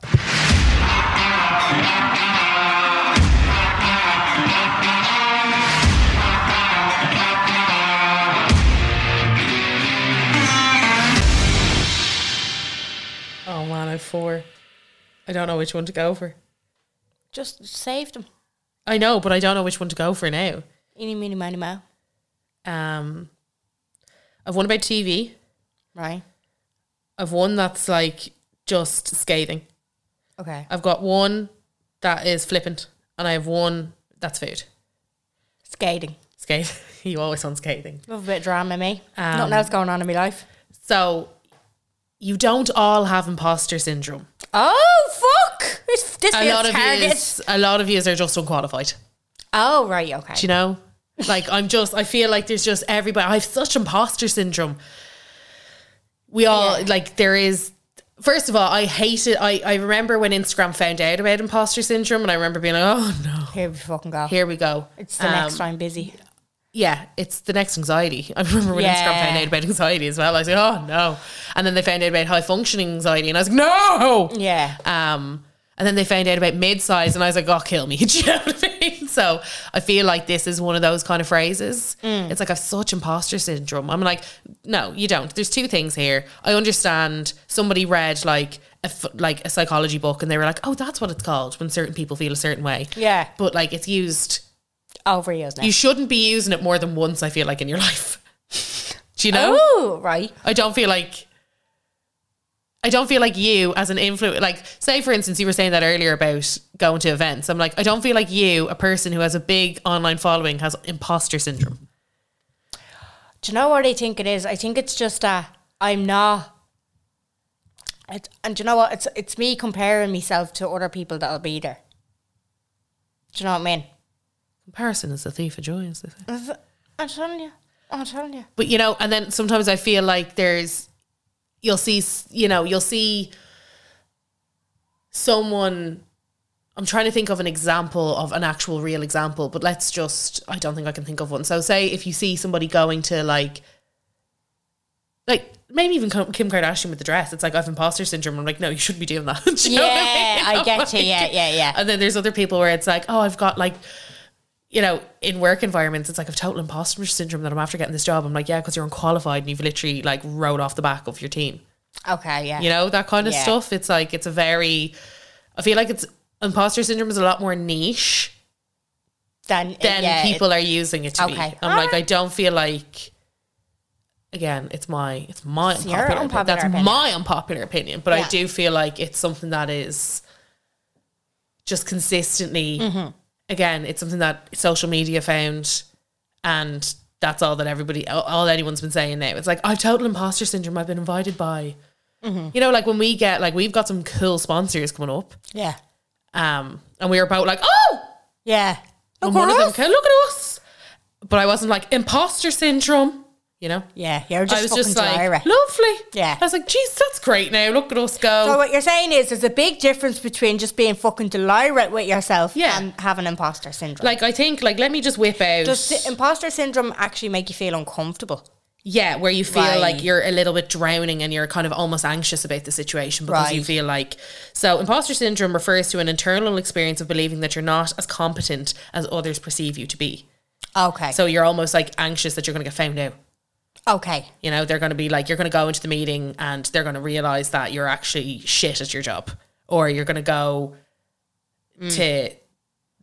[SPEAKER 2] Oh man, I've four. I don't know which one to go for.
[SPEAKER 1] Just save them.
[SPEAKER 2] I know, but I don't know which one to go for now.
[SPEAKER 1] Eeny, meeny, miny, moe.
[SPEAKER 2] Um, I've one about TV.
[SPEAKER 1] Right.
[SPEAKER 2] I've one that's like just scathing.
[SPEAKER 1] Okay.
[SPEAKER 2] I've got one that is flippant, and I have one that's food.
[SPEAKER 1] Skating.
[SPEAKER 2] Scathing. <laughs> you always sound scathing.
[SPEAKER 1] Love a bit of drama, me. Um, Nothing else going on in my life.
[SPEAKER 2] So you don't all have imposter syndrome.
[SPEAKER 1] Oh fuck! It's, this
[SPEAKER 2] A
[SPEAKER 1] feels
[SPEAKER 2] lot of
[SPEAKER 1] target.
[SPEAKER 2] yous, a lot of yous are just unqualified.
[SPEAKER 1] Oh right, okay.
[SPEAKER 2] Do you know? Like I'm just I feel like there's just everybody I have such imposter syndrome. We all like there is first of all, I hate it. I, I remember when Instagram found out about imposter syndrome and I remember being like, Oh no,
[SPEAKER 1] Here we fucking go.
[SPEAKER 2] here Um, we go.
[SPEAKER 1] It's the next time busy.
[SPEAKER 2] Yeah, it's the next anxiety. <laughs> I remember when Instagram
[SPEAKER 1] Yeah.
[SPEAKER 2] found out about anxiety as well. I was like, oh no. And then they found out about high functioning anxiety and I was like, no.
[SPEAKER 1] Yeah.
[SPEAKER 2] Um, and then they found out about mid size, and I was like, "Oh, kill me!" <laughs> Do you know what I mean? <laughs> So I feel like this is one of those kind of phrases.
[SPEAKER 1] Mm.
[SPEAKER 2] It's like I've such imposter syndrome. I'm like, no, you don't. There's two things here. I understand somebody read like a f- like a psychology book, and they were like, "Oh, that's what it's called when certain people feel a certain way."
[SPEAKER 1] Yeah.
[SPEAKER 2] but like it's used.
[SPEAKER 1] Overuse now.
[SPEAKER 2] You shouldn't be using it more than once. I feel like in your <laughs> life. Do you know?
[SPEAKER 1] Oh right.
[SPEAKER 2] I don't feel like I don't feel like you as an influencer like say for instance you were saying that earlier about going to events. I'm like I don't feel like you, a person who has a big online following has imposter syndrome.
[SPEAKER 1] Do you know what I think it is? I think it's just that I'm not. It, and do you know what? It's it's me comparing myself to other people that'll be there. Do you know what I mean?
[SPEAKER 2] Comparison is the thief of joy, is the thing.
[SPEAKER 1] I'm telling you. I'm telling you.
[SPEAKER 2] But you know, and then sometimes I feel like there's you'll see s- you know, you'll see someone I'm trying to think of an example of an actual real example, but let's just I don't think I can think of one. So say if you see somebody going to like like maybe even Kim Kim Kardashian with the dress. It's like I've imposter syndrome. I'm like, no, you shouldn't be doing that. <laughs> Do you know what
[SPEAKER 1] Yeah, I
[SPEAKER 2] I'm
[SPEAKER 1] get you. Yeah, yeah, yeah.
[SPEAKER 2] And then there's other people where it's like, oh, I've got like you know, in work environments, it's like a total imposter syndrome that I'm after getting this job. I'm like, yeah, because you're unqualified and you've literally like rode off the back of your team.
[SPEAKER 1] Okay, yeah.
[SPEAKER 2] You know, that kind of
[SPEAKER 1] Yeah.
[SPEAKER 2] stuff. It's like it's a very I feel like it's imposter syndrome is a lot more niche
[SPEAKER 1] then, uh,
[SPEAKER 2] than
[SPEAKER 1] yeah, it-
[SPEAKER 2] people are using it to be.
[SPEAKER 1] Okay.
[SPEAKER 2] I'm like, I don't feel like again, it's my it's my
[SPEAKER 1] It's your
[SPEAKER 2] unpopular, opinion.
[SPEAKER 1] unpopular
[SPEAKER 2] that's
[SPEAKER 1] opinion.
[SPEAKER 2] my unpopular opinion. But I
[SPEAKER 1] Yeah.
[SPEAKER 2] do feel like it's something that is just consistently
[SPEAKER 1] Mm-hmm.
[SPEAKER 2] again, it's something that social media found and that's all that everybody all- all anyone's been saying now. It's like I total imposter syndrome I've been invited by.
[SPEAKER 1] Mm-hmm.
[SPEAKER 2] You know, like when we get like we've got some cool sponsors coming up.
[SPEAKER 1] yeah,
[SPEAKER 2] Um and we were about like, oh
[SPEAKER 1] yeah.
[SPEAKER 2] and
[SPEAKER 1] Of
[SPEAKER 2] one of them
[SPEAKER 1] course.
[SPEAKER 2] came, look at us. But I wasn't like imposter syndrome, you know.
[SPEAKER 1] Yeah, you're just
[SPEAKER 2] I was
[SPEAKER 1] fucking
[SPEAKER 2] just like
[SPEAKER 1] dry, right?
[SPEAKER 2] lovely.
[SPEAKER 1] Yeah.
[SPEAKER 2] I was like, geez, that's great now. Look at us go.
[SPEAKER 1] So what you're saying is there's a big difference between just being fucking delirious with yourself
[SPEAKER 2] Yeah.
[SPEAKER 1] and having imposter syndrome.
[SPEAKER 2] like I think like let me just whip out
[SPEAKER 1] does the imposter syndrome actually make you feel uncomfortable?
[SPEAKER 2] Yeah, where you feel
[SPEAKER 1] Right.
[SPEAKER 2] like you're a little bit drowning and you're kind of almost anxious about the situation because you
[SPEAKER 1] Right.
[SPEAKER 2] feel like. So, imposter syndrome refers to an internal experience of believing that you're not as competent as others perceive you to be.
[SPEAKER 1] Okay.
[SPEAKER 2] So, you're almost like anxious that you're going to get found out.
[SPEAKER 1] okay.
[SPEAKER 2] You know, they're going to be like, you're going to go into the meeting and they're going to realize that you're actually shit at your job or you're going to go to.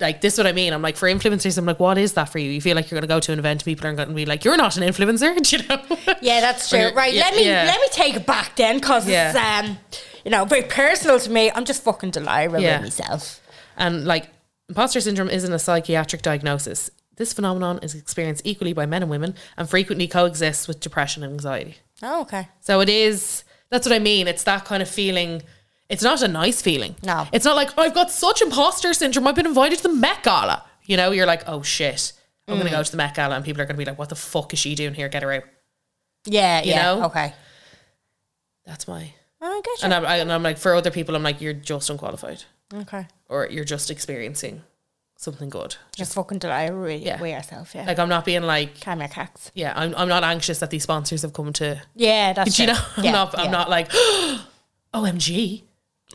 [SPEAKER 2] Like this, is what I mean. I'm like for influencers. I'm like, what is that for you? You feel like you're going to go to an event, and people are going to be like, you're not an influencer, <laughs> do you know?
[SPEAKER 1] Yeah, that's true.
[SPEAKER 2] you're-
[SPEAKER 1] Right.
[SPEAKER 2] yeah,
[SPEAKER 1] let me
[SPEAKER 2] yeah.
[SPEAKER 1] let me take it back then because
[SPEAKER 2] Yeah.
[SPEAKER 1] it's um you know very personal to me. I'm just fucking delirious
[SPEAKER 2] Yeah.
[SPEAKER 1] with myself.
[SPEAKER 2] And like, imposter syndrome isn't a psychiatric diagnosis. This phenomenon is experienced equally by men and women and frequently coexists with depression and anxiety.
[SPEAKER 1] Oh, okay.
[SPEAKER 2] So it is, that's what I mean. It's that kind of feeling. It's not a nice feeling.
[SPEAKER 1] No.
[SPEAKER 2] It's not like, I've got such imposter syndrome. I've been invited to the Met Gala. You know, you're like, oh shit, I'm going to go to the Met Gala and people are going to be like, what the fuck is she doing here? Get her out.
[SPEAKER 1] Yeah.
[SPEAKER 2] You
[SPEAKER 1] yeah.
[SPEAKER 2] know?
[SPEAKER 1] Okay.
[SPEAKER 2] That's my.
[SPEAKER 1] Oh, I get
[SPEAKER 2] And I'm, I, and I'm like, for other people, I'm like, you're just unqualified
[SPEAKER 1] you. Okay.
[SPEAKER 2] or you're just experiencing something good.
[SPEAKER 1] Just fucking delirious
[SPEAKER 2] Yeah.
[SPEAKER 1] with yourself. Yeah.
[SPEAKER 2] Like, I'm not being like,
[SPEAKER 1] Calm your cacks.
[SPEAKER 2] yeah, I'm, I'm not anxious that these sponsors have come to. <laughs>
[SPEAKER 1] Yeah, that's
[SPEAKER 2] Do you
[SPEAKER 1] true.
[SPEAKER 2] know, I'm
[SPEAKER 1] Yeah,
[SPEAKER 2] not. I'm
[SPEAKER 1] yeah.
[SPEAKER 2] not like, <gasps> OMG.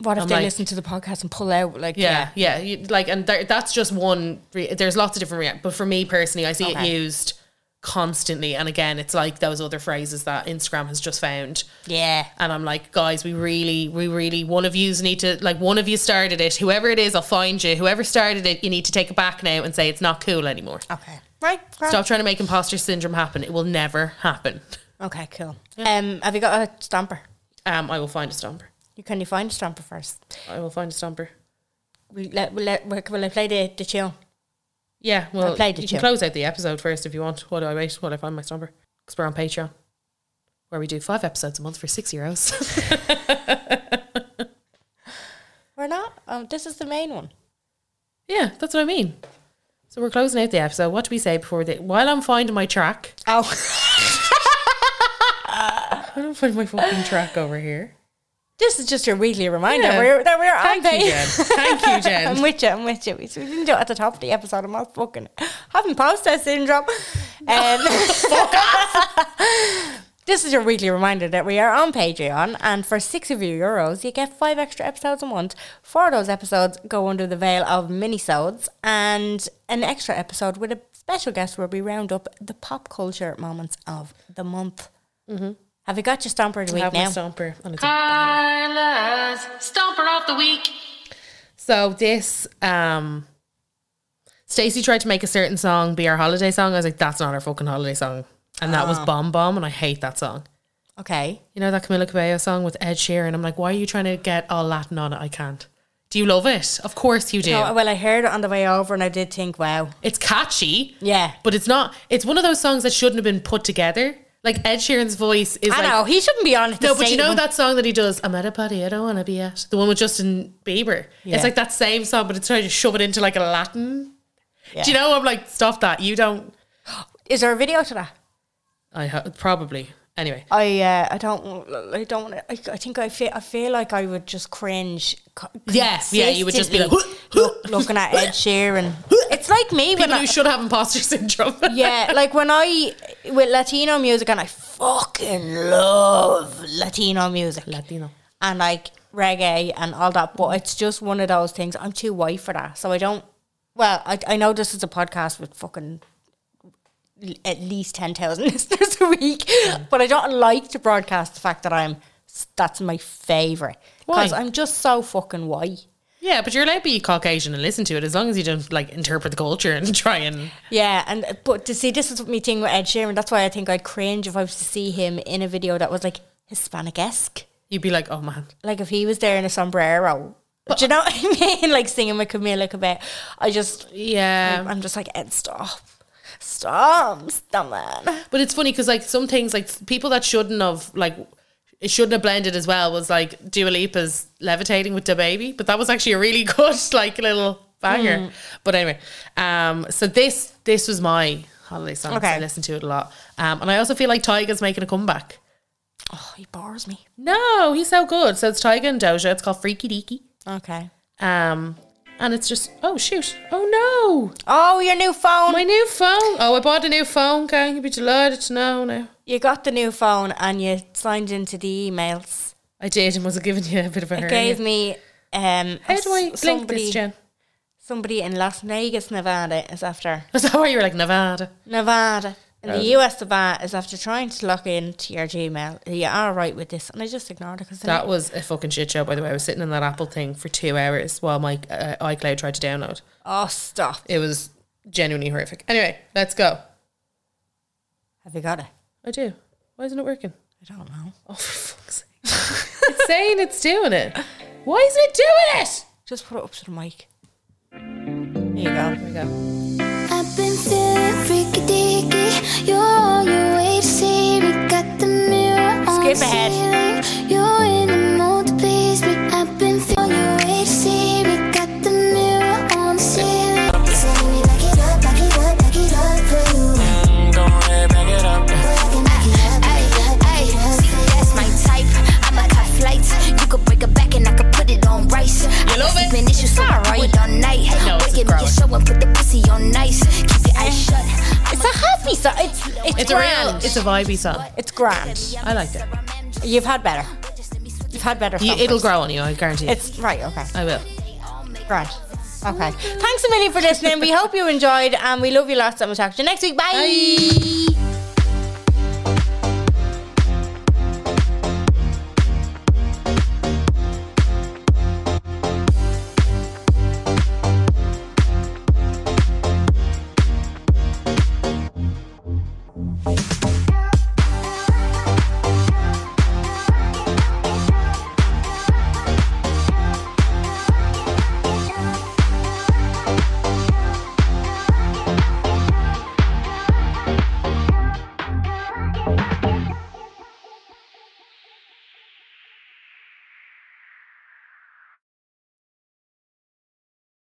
[SPEAKER 1] What if
[SPEAKER 2] I'm
[SPEAKER 1] they
[SPEAKER 2] like-
[SPEAKER 1] listen to the podcast and pull out? Like,
[SPEAKER 2] Yeah,
[SPEAKER 1] yeah,
[SPEAKER 2] yeah. You, like, and there, that's just one. Re- there's lots of different react, but for me personally, I see
[SPEAKER 1] Okay.
[SPEAKER 2] it used constantly. And again, it's like those other phrases that Instagram has just found.
[SPEAKER 1] yeah,
[SPEAKER 2] And I'm like, guys, we really, we really, one of yous need to, like, one of you started it. Whoever it is, I'll find you. Whoever started it, you need to take it back now and say it's not cool anymore.
[SPEAKER 1] Okay, right. grand.
[SPEAKER 2] Stop trying to make imposter syndrome happen. It will never happen.
[SPEAKER 1] Okay, cool. Um, have you got a stamper?
[SPEAKER 2] Um, I will find a stomper.
[SPEAKER 1] You can you find a stamper first?
[SPEAKER 2] I will find a stomper.
[SPEAKER 1] We let we let we, will I play the the tune?
[SPEAKER 2] Yeah, well,
[SPEAKER 1] played it
[SPEAKER 2] you can
[SPEAKER 1] too.
[SPEAKER 2] close out the episode first if you want. What do I wait? What do I find my stomper? Because we're on Patreon, where we do five episodes a month for six euros. <laughs>
[SPEAKER 1] We're not. Um, this is the main one.
[SPEAKER 2] yeah, that's what I mean. So we're closing out the episode. What do we say before the? While I'm finding my track,
[SPEAKER 1] <laughs> Oh,
[SPEAKER 2] I don't find my fucking track over here.
[SPEAKER 1] this is just your weekly reminder.
[SPEAKER 2] Yeah.
[SPEAKER 1] We're that we're on
[SPEAKER 2] Thank you,
[SPEAKER 1] page.
[SPEAKER 2] Jen.
[SPEAKER 1] <laughs>
[SPEAKER 2] Thank you,
[SPEAKER 1] I'm
[SPEAKER 2] Jen.
[SPEAKER 1] with you. I'm with you. We we didn't do it at the top of the episode. I'm not fucking having poster syndrome.
[SPEAKER 2] <laughs>
[SPEAKER 1] Um, <laughs> this is your weekly reminder that we are on Patreon, and for six of your euros, you get five extra episodes a month. Four of those episodes go under the veil of minisodes, and an extra episode with a special guest where we round up the pop culture moments of the month. Have you got your stomper of the
[SPEAKER 2] I
[SPEAKER 1] week
[SPEAKER 2] Mm-hmm. have my
[SPEAKER 1] now?
[SPEAKER 2] stomper, and it's a
[SPEAKER 4] Carla's Stomper of the Week.
[SPEAKER 2] So this um Stacey tried to make a certain song be our holiday song. I was like, that's not our fucking holiday song. And that
[SPEAKER 1] Ah.
[SPEAKER 2] was Bomb Bomb and I hate that song.
[SPEAKER 1] okay.
[SPEAKER 2] You know that Camila Cabello song with Ed Sheeran? I'm like, why are you trying to get all Latin on it? I can't. Do you love it? Of course you do.
[SPEAKER 1] No, well, I heard it on the way over, and I did think, wow,
[SPEAKER 2] it's catchy.
[SPEAKER 1] yeah.
[SPEAKER 2] But it's not it's one of those songs that shouldn't have been put together. Like Ed Sheeran's voice is
[SPEAKER 1] I
[SPEAKER 2] like
[SPEAKER 1] know he shouldn't be on it.
[SPEAKER 2] No, but you know that song that he does, I'm at a party I don't wanna be at. The one with Justin Bieber.
[SPEAKER 1] Yeah.
[SPEAKER 2] It's like that same song, but it's trying to shove it into like a Latin Do you know? I'm like, stop that. You don't.
[SPEAKER 1] Is there a video to that?
[SPEAKER 2] I ho- probably anyway.
[SPEAKER 1] I uh, I don't I don't want to. I, I think I feel I feel like I would just cringe. co-
[SPEAKER 2] Yes, yeah, you would just be like,
[SPEAKER 1] consistently look, looking at <laughs> Ed Sheeran. It's like me when
[SPEAKER 2] People
[SPEAKER 1] I,
[SPEAKER 2] who should have imposter <laughs> syndrome.
[SPEAKER 1] yeah, like when I with Latino music and I fucking love Latino music.
[SPEAKER 2] Latino.
[SPEAKER 1] and like reggae and all that. But it's just one of those things. I'm too white for that, so I don't Well, I, I know this is a podcast with fucking l- at least 10,000 <laughs> listeners a week, but I don't like to broadcast the fact that I'm, s- that's my favourite.
[SPEAKER 2] Why?
[SPEAKER 1] Because I'm just so fucking white.
[SPEAKER 2] Yeah, but you're allowed to be Caucasian and listen to it as long as you don't like interpret the culture and try and.
[SPEAKER 1] Yeah, and uh, but to see this is me thing with Ed Sheeran. That's why I think I'd cringe if I was to see him in a video that was like Hispanic esque.
[SPEAKER 2] You'd be like, oh man,
[SPEAKER 1] Like if he was there in a sombrero. Do you know what I <laughs> mean? Like singing with Camila Cabello. I just
[SPEAKER 2] yeah.
[SPEAKER 1] I'm just like, Ed, stop. Stop, stop man.
[SPEAKER 2] But it's funny because like some things, like people that shouldn't have like it shouldn't have blended as well was like Dua Lipa's levitating with the baby, but that was actually a really <laughs> good like little banger.
[SPEAKER 1] Hmm.
[SPEAKER 2] But anyway, um, so this this was my holiday song.
[SPEAKER 1] Okay.
[SPEAKER 2] I listened to it a lot, um, and I also feel like Tyga's making a comeback.
[SPEAKER 1] Oh, he bores me.
[SPEAKER 2] No, he's so good. So it's Tyga and Doja. It's called Freaky Deaky.
[SPEAKER 1] Okay.
[SPEAKER 2] Um, and it's just oh shoot, oh no,
[SPEAKER 1] Oh, your new phone.
[SPEAKER 2] my new phone. Oh, I bought a new phone. Gang, you'd be delighted to know now.
[SPEAKER 1] you got the new phone and you signed into the emails.
[SPEAKER 2] I did, and was it giving you a bit of a
[SPEAKER 1] It
[SPEAKER 2] hurry?
[SPEAKER 1] gave me um
[SPEAKER 2] How do I blink
[SPEAKER 1] somebody,
[SPEAKER 2] this, Jen?
[SPEAKER 1] somebody in Las Vegas, Nevada is after
[SPEAKER 2] <laughs> Is that why you were like Nevada?
[SPEAKER 1] Nevada. In the US, Nevada is after trying to log in to your Gmail. Are you all right with this? And I just ignored it because
[SPEAKER 2] That was a fucking shit show, by the way. I was sitting in that Apple thing for two hours while my uh, iCloud tried to download.
[SPEAKER 1] oh stop.
[SPEAKER 2] It was genuinely horrific. Anyway, let's go.
[SPEAKER 1] Have you got it?
[SPEAKER 2] I do. Why isn't it working?
[SPEAKER 1] I don't know.
[SPEAKER 2] Oh, for fuck's sake. it's saying it's doing it. Why isn't it doing it?
[SPEAKER 1] Just put it up to the mic. There you go.
[SPEAKER 2] There we go.
[SPEAKER 5] I've been feeling freaky deaky. You're all you wait to see me. Got the mirror on
[SPEAKER 1] Skip
[SPEAKER 5] the
[SPEAKER 1] ahead.
[SPEAKER 5] ceiling. You're in the mood to please me. I've been feeling you wait to see me. Got the mirror on the ceiling. So let me back it up, back it up, back it up for you. Boy, I can back it up, back it up, back it up for you.
[SPEAKER 6] That's my type. I'm a cut flights. You could break a back and I could put it on rice. I
[SPEAKER 2] love
[SPEAKER 6] got
[SPEAKER 2] it?
[SPEAKER 6] sleeping issues, so I do it all night.
[SPEAKER 2] No, it's
[SPEAKER 6] Wake
[SPEAKER 2] a
[SPEAKER 6] it, make
[SPEAKER 2] grower.
[SPEAKER 6] it show and put the pussy on nice. Keep your eyes shut. I'm
[SPEAKER 1] It's a happy song. It's it's,
[SPEAKER 2] It's a
[SPEAKER 1] grand.
[SPEAKER 2] real, it's a vibey song.
[SPEAKER 1] it's grand.
[SPEAKER 2] I liked it.
[SPEAKER 1] You've had better. You've had better.
[SPEAKER 2] You,
[SPEAKER 1] songs.
[SPEAKER 2] it'll grow Oh. on you, I guarantee. It.
[SPEAKER 1] It's right. Okay.
[SPEAKER 2] I will.
[SPEAKER 1] Right. Okay. Thanks a million for listening. We hope you enjoyed, and we love you lots. And we'll talk to you next week. Bye.